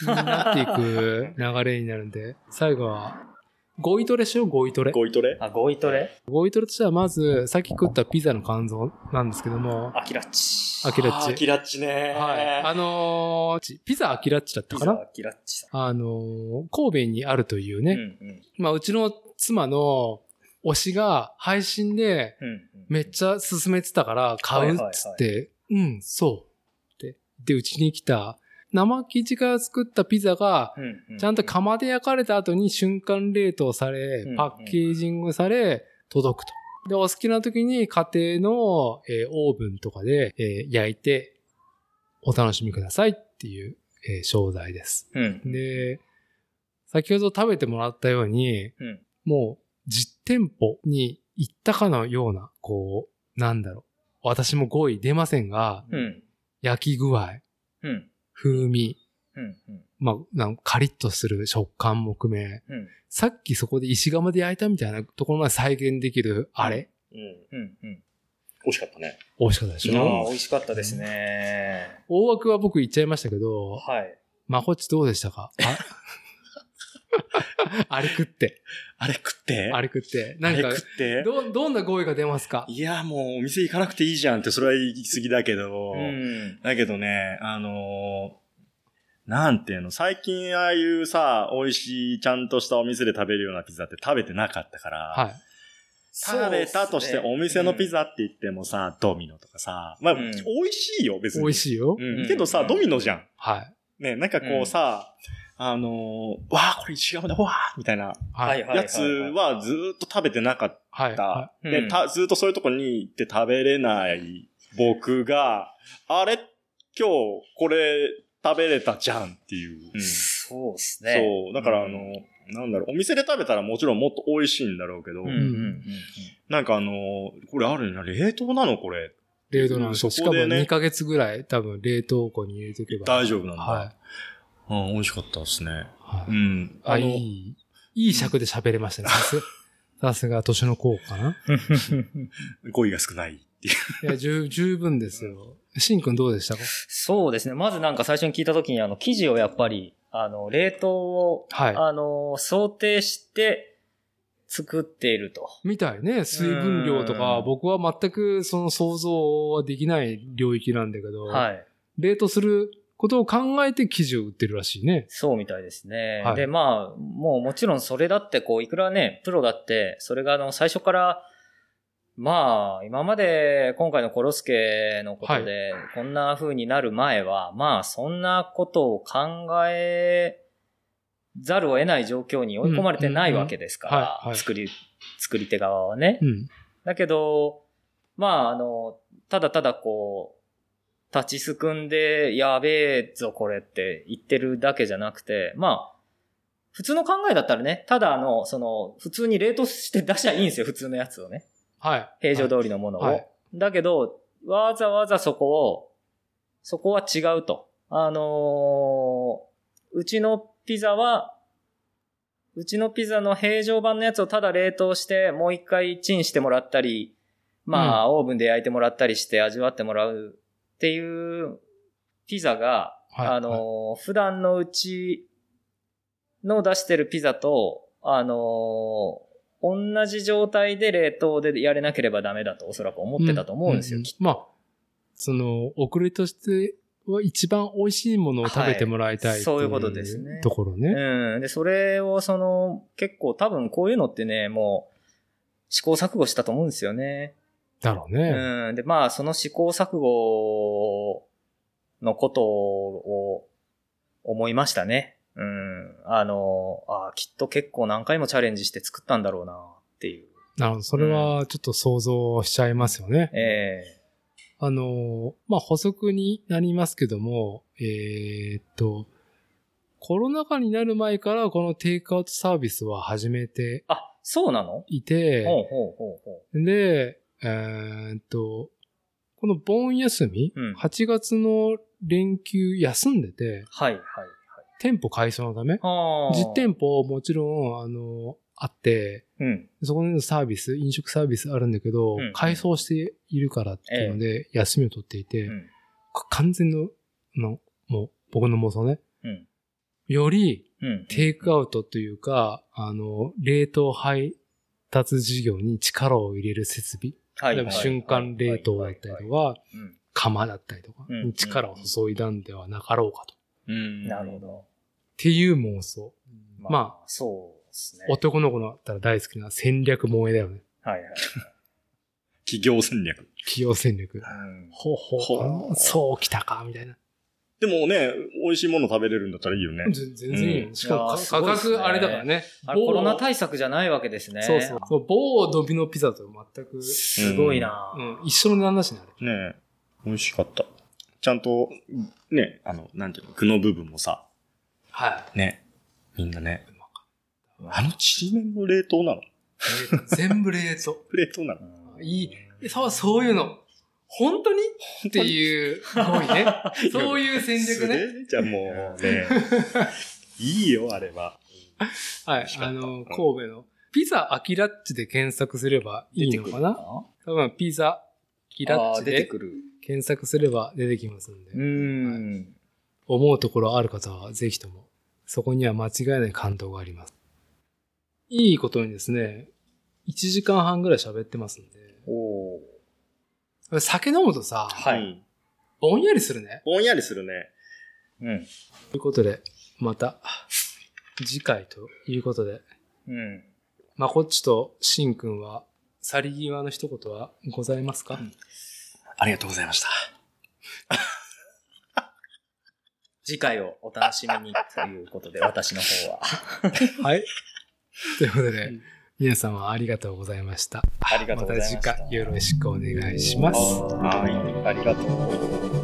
Speaker 1: なっていく流れになるんで、最後は、ゴイトレしよう、ゴイトレ。
Speaker 2: ゴイトレ
Speaker 5: ら。あ、ゴイトレ
Speaker 1: ゴイトレとしてはまず、さっき食ったピザの肝臓なんですけども、
Speaker 5: アキラッチ。
Speaker 1: アキラッ
Speaker 2: あー
Speaker 1: チ
Speaker 2: ア。キラッチね。
Speaker 1: はい。あのーちピザアキラッチだった
Speaker 5: ピ
Speaker 1: か
Speaker 5: ザ
Speaker 1: な
Speaker 5: アキラッチさ
Speaker 1: あのー神戸にあるというね、
Speaker 5: ん。うんうん。
Speaker 1: まあ、うちの妻の推しが配信で
Speaker 5: うんうん
Speaker 1: めっちゃ勧めてたから買うっつって、うん、そう。って。で、うちに来た生生地から作ったピザが、
Speaker 5: うんう
Speaker 1: ちゃんと釜で焼かれた後に瞬間冷凍され
Speaker 5: うん、
Speaker 1: パッケージングされ、届くと。で、お好きな時に家庭の、えーオーブンとかで、えー焼いてお楽しみくださいっていう、えー商材です。
Speaker 5: うん。
Speaker 1: で、先ほど食べてもらったように、
Speaker 5: うん
Speaker 1: もう実店舗に行ったかのような、こう、なんだろう。私も語彙出ませんが、
Speaker 5: うん。
Speaker 1: 焼き具合、
Speaker 5: うん。
Speaker 1: 風味、
Speaker 5: うん。うん。
Speaker 1: まあ、なんかカリッとする食感も含め、
Speaker 5: うん
Speaker 1: さっきそこで石窯で焼いたみたいなところまで再現できる、あれ、
Speaker 2: うん。
Speaker 5: うん。うん。
Speaker 2: 美味しかったね。
Speaker 1: 美味しかったでし
Speaker 5: あ
Speaker 1: ょ、
Speaker 5: ー美味しかったですね。
Speaker 1: 大枠は僕言っちゃいましたけど、
Speaker 5: はい。
Speaker 1: まこっちどうでしたかああれ食って、
Speaker 2: あれ食って
Speaker 1: あれ食って。なん
Speaker 2: あ
Speaker 1: か
Speaker 2: れ、食って
Speaker 1: ど、どんな語彙が出ますか
Speaker 2: いや、もうお店行かなくていいじゃんって、それは言い過ぎだけど、
Speaker 5: うん。
Speaker 2: だけどね、あのーなんていうの、最近ああいうさ、美味しいちゃんとしたお店で食べるようなピザって食べてなかったから、
Speaker 1: はい。
Speaker 2: 食べたとしてお店のピ
Speaker 3: ザ。
Speaker 2: ザって言ってもさ、ドミノとかさ、まあ、
Speaker 3: うん
Speaker 2: 美味しいよ、別に。
Speaker 1: 美味しいよ。
Speaker 2: うんけどさ、
Speaker 3: うん
Speaker 2: ドミノじゃん。
Speaker 1: はい。
Speaker 2: ね、なんかこうさ、あのー、わあ、これ違うんだ、わあ、みたいな
Speaker 1: は
Speaker 3: はい
Speaker 1: い。
Speaker 3: はい
Speaker 2: やつはずーっと食べてなかっ
Speaker 1: はい。
Speaker 2: た。
Speaker 1: は
Speaker 3: はいうん
Speaker 2: でた、ずーっとそういうとこに行って食べれない僕が、あれ今日これ食べれたじゃんっていう。
Speaker 3: うん
Speaker 2: そ
Speaker 3: そうですね。
Speaker 2: う。だからあの、
Speaker 3: う
Speaker 2: なんだろう、お店で食べたらもちろんもっと美味しいんだろうけど、
Speaker 3: うんうんうん
Speaker 2: [LAUGHS] なんかあのー、これあるな、冷凍なのこれ。
Speaker 1: 冷凍なんです
Speaker 2: そ
Speaker 1: よ。
Speaker 2: こ
Speaker 1: しかも
Speaker 2: でね
Speaker 1: 2ヶ月ぐらい多分冷凍庫に入れておけば。
Speaker 2: 大丈夫なんだ。
Speaker 1: はい。
Speaker 2: うん、美味しかったですね。
Speaker 1: はい
Speaker 2: うん。
Speaker 1: あ、
Speaker 2: の
Speaker 1: いい、いい尺で喋れましたね。さすさすが年の功かな。
Speaker 3: うん。
Speaker 2: 語彙が少ないっていう。
Speaker 1: いや、十十分ですよ。しんくんどうでしたか
Speaker 3: そうですね。まずなんか最初に聞いたときに、あの、生地をやっぱり、あの、冷凍を、
Speaker 1: は
Speaker 3: あの、想定して作っていると。
Speaker 1: い。みたいね。水分量とか
Speaker 3: う、ん
Speaker 1: 僕は全くその想像はできない領域なんだけど、
Speaker 3: はい。
Speaker 1: 冷凍することを考えて生地を売ってるらしいね。
Speaker 3: そうみたいですね。
Speaker 1: はい
Speaker 3: で、まあ、もうもちろんそれだって、こう、いくらね、プロだって、それがあの、最初から、まあ、今まで、今回のコロスケのことで、こんな風になる前は、まあ、そんなことを考えざるを得ない状況に追い込まれてないわけですか
Speaker 1: うんうんうんはいは
Speaker 3: ら、
Speaker 1: い
Speaker 3: 作り、作り手側はね
Speaker 1: う。ん。
Speaker 3: だけど、まあ、あの、ただただこう、立ちすくんで、やべえぞこれって言ってるだけじゃなくて、まあ、普通の考えだったらね、ただあの、その、普通に冷凍して出しゃいいんですよ、普通のやつをね。
Speaker 1: はい。
Speaker 3: 平常通りのものを。
Speaker 1: はい
Speaker 3: だけど、わざわざそこを、そこは違うと。あのーうちのピザは、うちのピザの平常版のやつをただ冷凍して、もう一回チンしてもらったり、まあ、オーブンで焼いてもらったりして味わってもらうっていうピザが、
Speaker 1: はい
Speaker 3: あのー普段のうちの出してるピザと、あのー同じ状態で冷凍でやれなければダメだとおそらく思ってたと思うんですよ、きっ
Speaker 1: まあ、その、遅れとしては一番美味しいものを食べてもらいたい、
Speaker 3: はいそういうことですね
Speaker 1: ところ
Speaker 3: と
Speaker 1: ね。
Speaker 3: うん。で、それをその、結構多分こういうのってね、もう、試行錯誤したと思うんですよね。
Speaker 1: だろうね。
Speaker 3: うん。で、まあ、その試行錯誤のことを思いましたね。うん。あの、あきっと結構何回もチャレンジして作ったんだろうな、っていう。
Speaker 1: なるほど。それはちょっと想像しちゃいますよね。
Speaker 3: ええ
Speaker 1: あの、まあ、補足になりますけども、えーっと、コロナ禍になる前からこのテイクアウトサービスは始めて
Speaker 3: あ、そうなの
Speaker 1: いて、
Speaker 3: ほうほうほうほ
Speaker 1: で、えーっと、この盆休み、
Speaker 3: うん
Speaker 1: 8月の連休休んでて、
Speaker 3: う。はい、はい、
Speaker 1: 店舗改装のため、
Speaker 3: はい。
Speaker 1: 実店舗もちろん、あの、あって、
Speaker 3: うん。
Speaker 1: そこのサービス、飲食サービスあるんだけど、
Speaker 3: うん
Speaker 1: 改装しているからっていうので、休みを取っていて、
Speaker 3: うん
Speaker 1: か完全の、の、もう、僕の妄想ね。
Speaker 3: うん
Speaker 1: より、
Speaker 3: うん。
Speaker 1: テイクアウトというか、あの、冷凍配達事業に力を入れる設備。
Speaker 3: はい
Speaker 1: 例えば瞬間冷凍だったりと。か、
Speaker 3: うん
Speaker 1: 釜だったりとか、
Speaker 3: うん
Speaker 1: に力を注いだんではなかろうかと。っ
Speaker 2: うん
Speaker 3: なるほど。
Speaker 1: ていう妄想。ま
Speaker 3: あ、そうですね。
Speaker 1: 男の子だったら大好きな戦略萌えだよね。
Speaker 3: はいはい。
Speaker 2: 企業戦略。
Speaker 1: 企業戦略。
Speaker 3: うん
Speaker 1: ほうほう
Speaker 2: ほう
Speaker 1: あそうきたか、みたいな。
Speaker 2: でもね、美味しいもの食べれるんだったらいいよね。
Speaker 1: 全全然いいよ
Speaker 2: う
Speaker 1: ね。
Speaker 2: ん
Speaker 1: しかも
Speaker 3: いやー
Speaker 1: か
Speaker 3: す
Speaker 1: 価
Speaker 3: ごいっすね
Speaker 1: 格あれだからね。
Speaker 3: あれコロナ
Speaker 1: 対
Speaker 3: 対策じゃないわけですね。
Speaker 1: そうそう。そう某ドミノピザと全く、
Speaker 3: すごいな、
Speaker 1: うん、一緒の値段だしね、あれ。
Speaker 2: ね美味しかった。ちゃんと、ね、あの、なんていうの、具の部分もさ、
Speaker 1: はい。
Speaker 2: ね、みんなね
Speaker 1: うま、
Speaker 2: あのちりめんも冷凍なの
Speaker 1: 全部冷凍。
Speaker 2: 冷凍なの
Speaker 1: いい。えそう、そういうの。本当にっていう、すごいね。そういう戦略ね。
Speaker 2: すげえじゃあもう
Speaker 1: [LAUGHS]
Speaker 2: ね、いいよ、あれは。
Speaker 1: はい。あの、神戸の、ピザアキラッチで検索すればいいのかな多分、ピザアキラッ
Speaker 3: あ
Speaker 1: チ
Speaker 3: ー出て
Speaker 1: で
Speaker 3: くる。
Speaker 1: 検索すれば出てきますんで
Speaker 3: う。ん。
Speaker 1: 思うところある方はぜひとも、そこには間違いない感動があります。いいことにですね、1時間半ぐらい喋ってますん
Speaker 3: おお
Speaker 1: で、酒飲むとさ、
Speaker 3: はい
Speaker 2: うん。
Speaker 1: ぼんやりするね。
Speaker 2: ぼんやりするね。
Speaker 3: うん。
Speaker 1: ということで、また次回ということで、
Speaker 3: うん。
Speaker 1: まこっちとしんくんは、去り際の一言はございますか、
Speaker 6: ありがとうございました。
Speaker 3: 次回をお楽しみにということで、私の方は。
Speaker 1: はい。ということで、皆様ありがとうござ [LAUGHS] いました。
Speaker 3: ありがと
Speaker 1: ま
Speaker 3: う
Speaker 1: た
Speaker 3: ございまし
Speaker 1: 次
Speaker 3: た。
Speaker 1: 回よろしくお願いします。
Speaker 3: はい。ありがとう。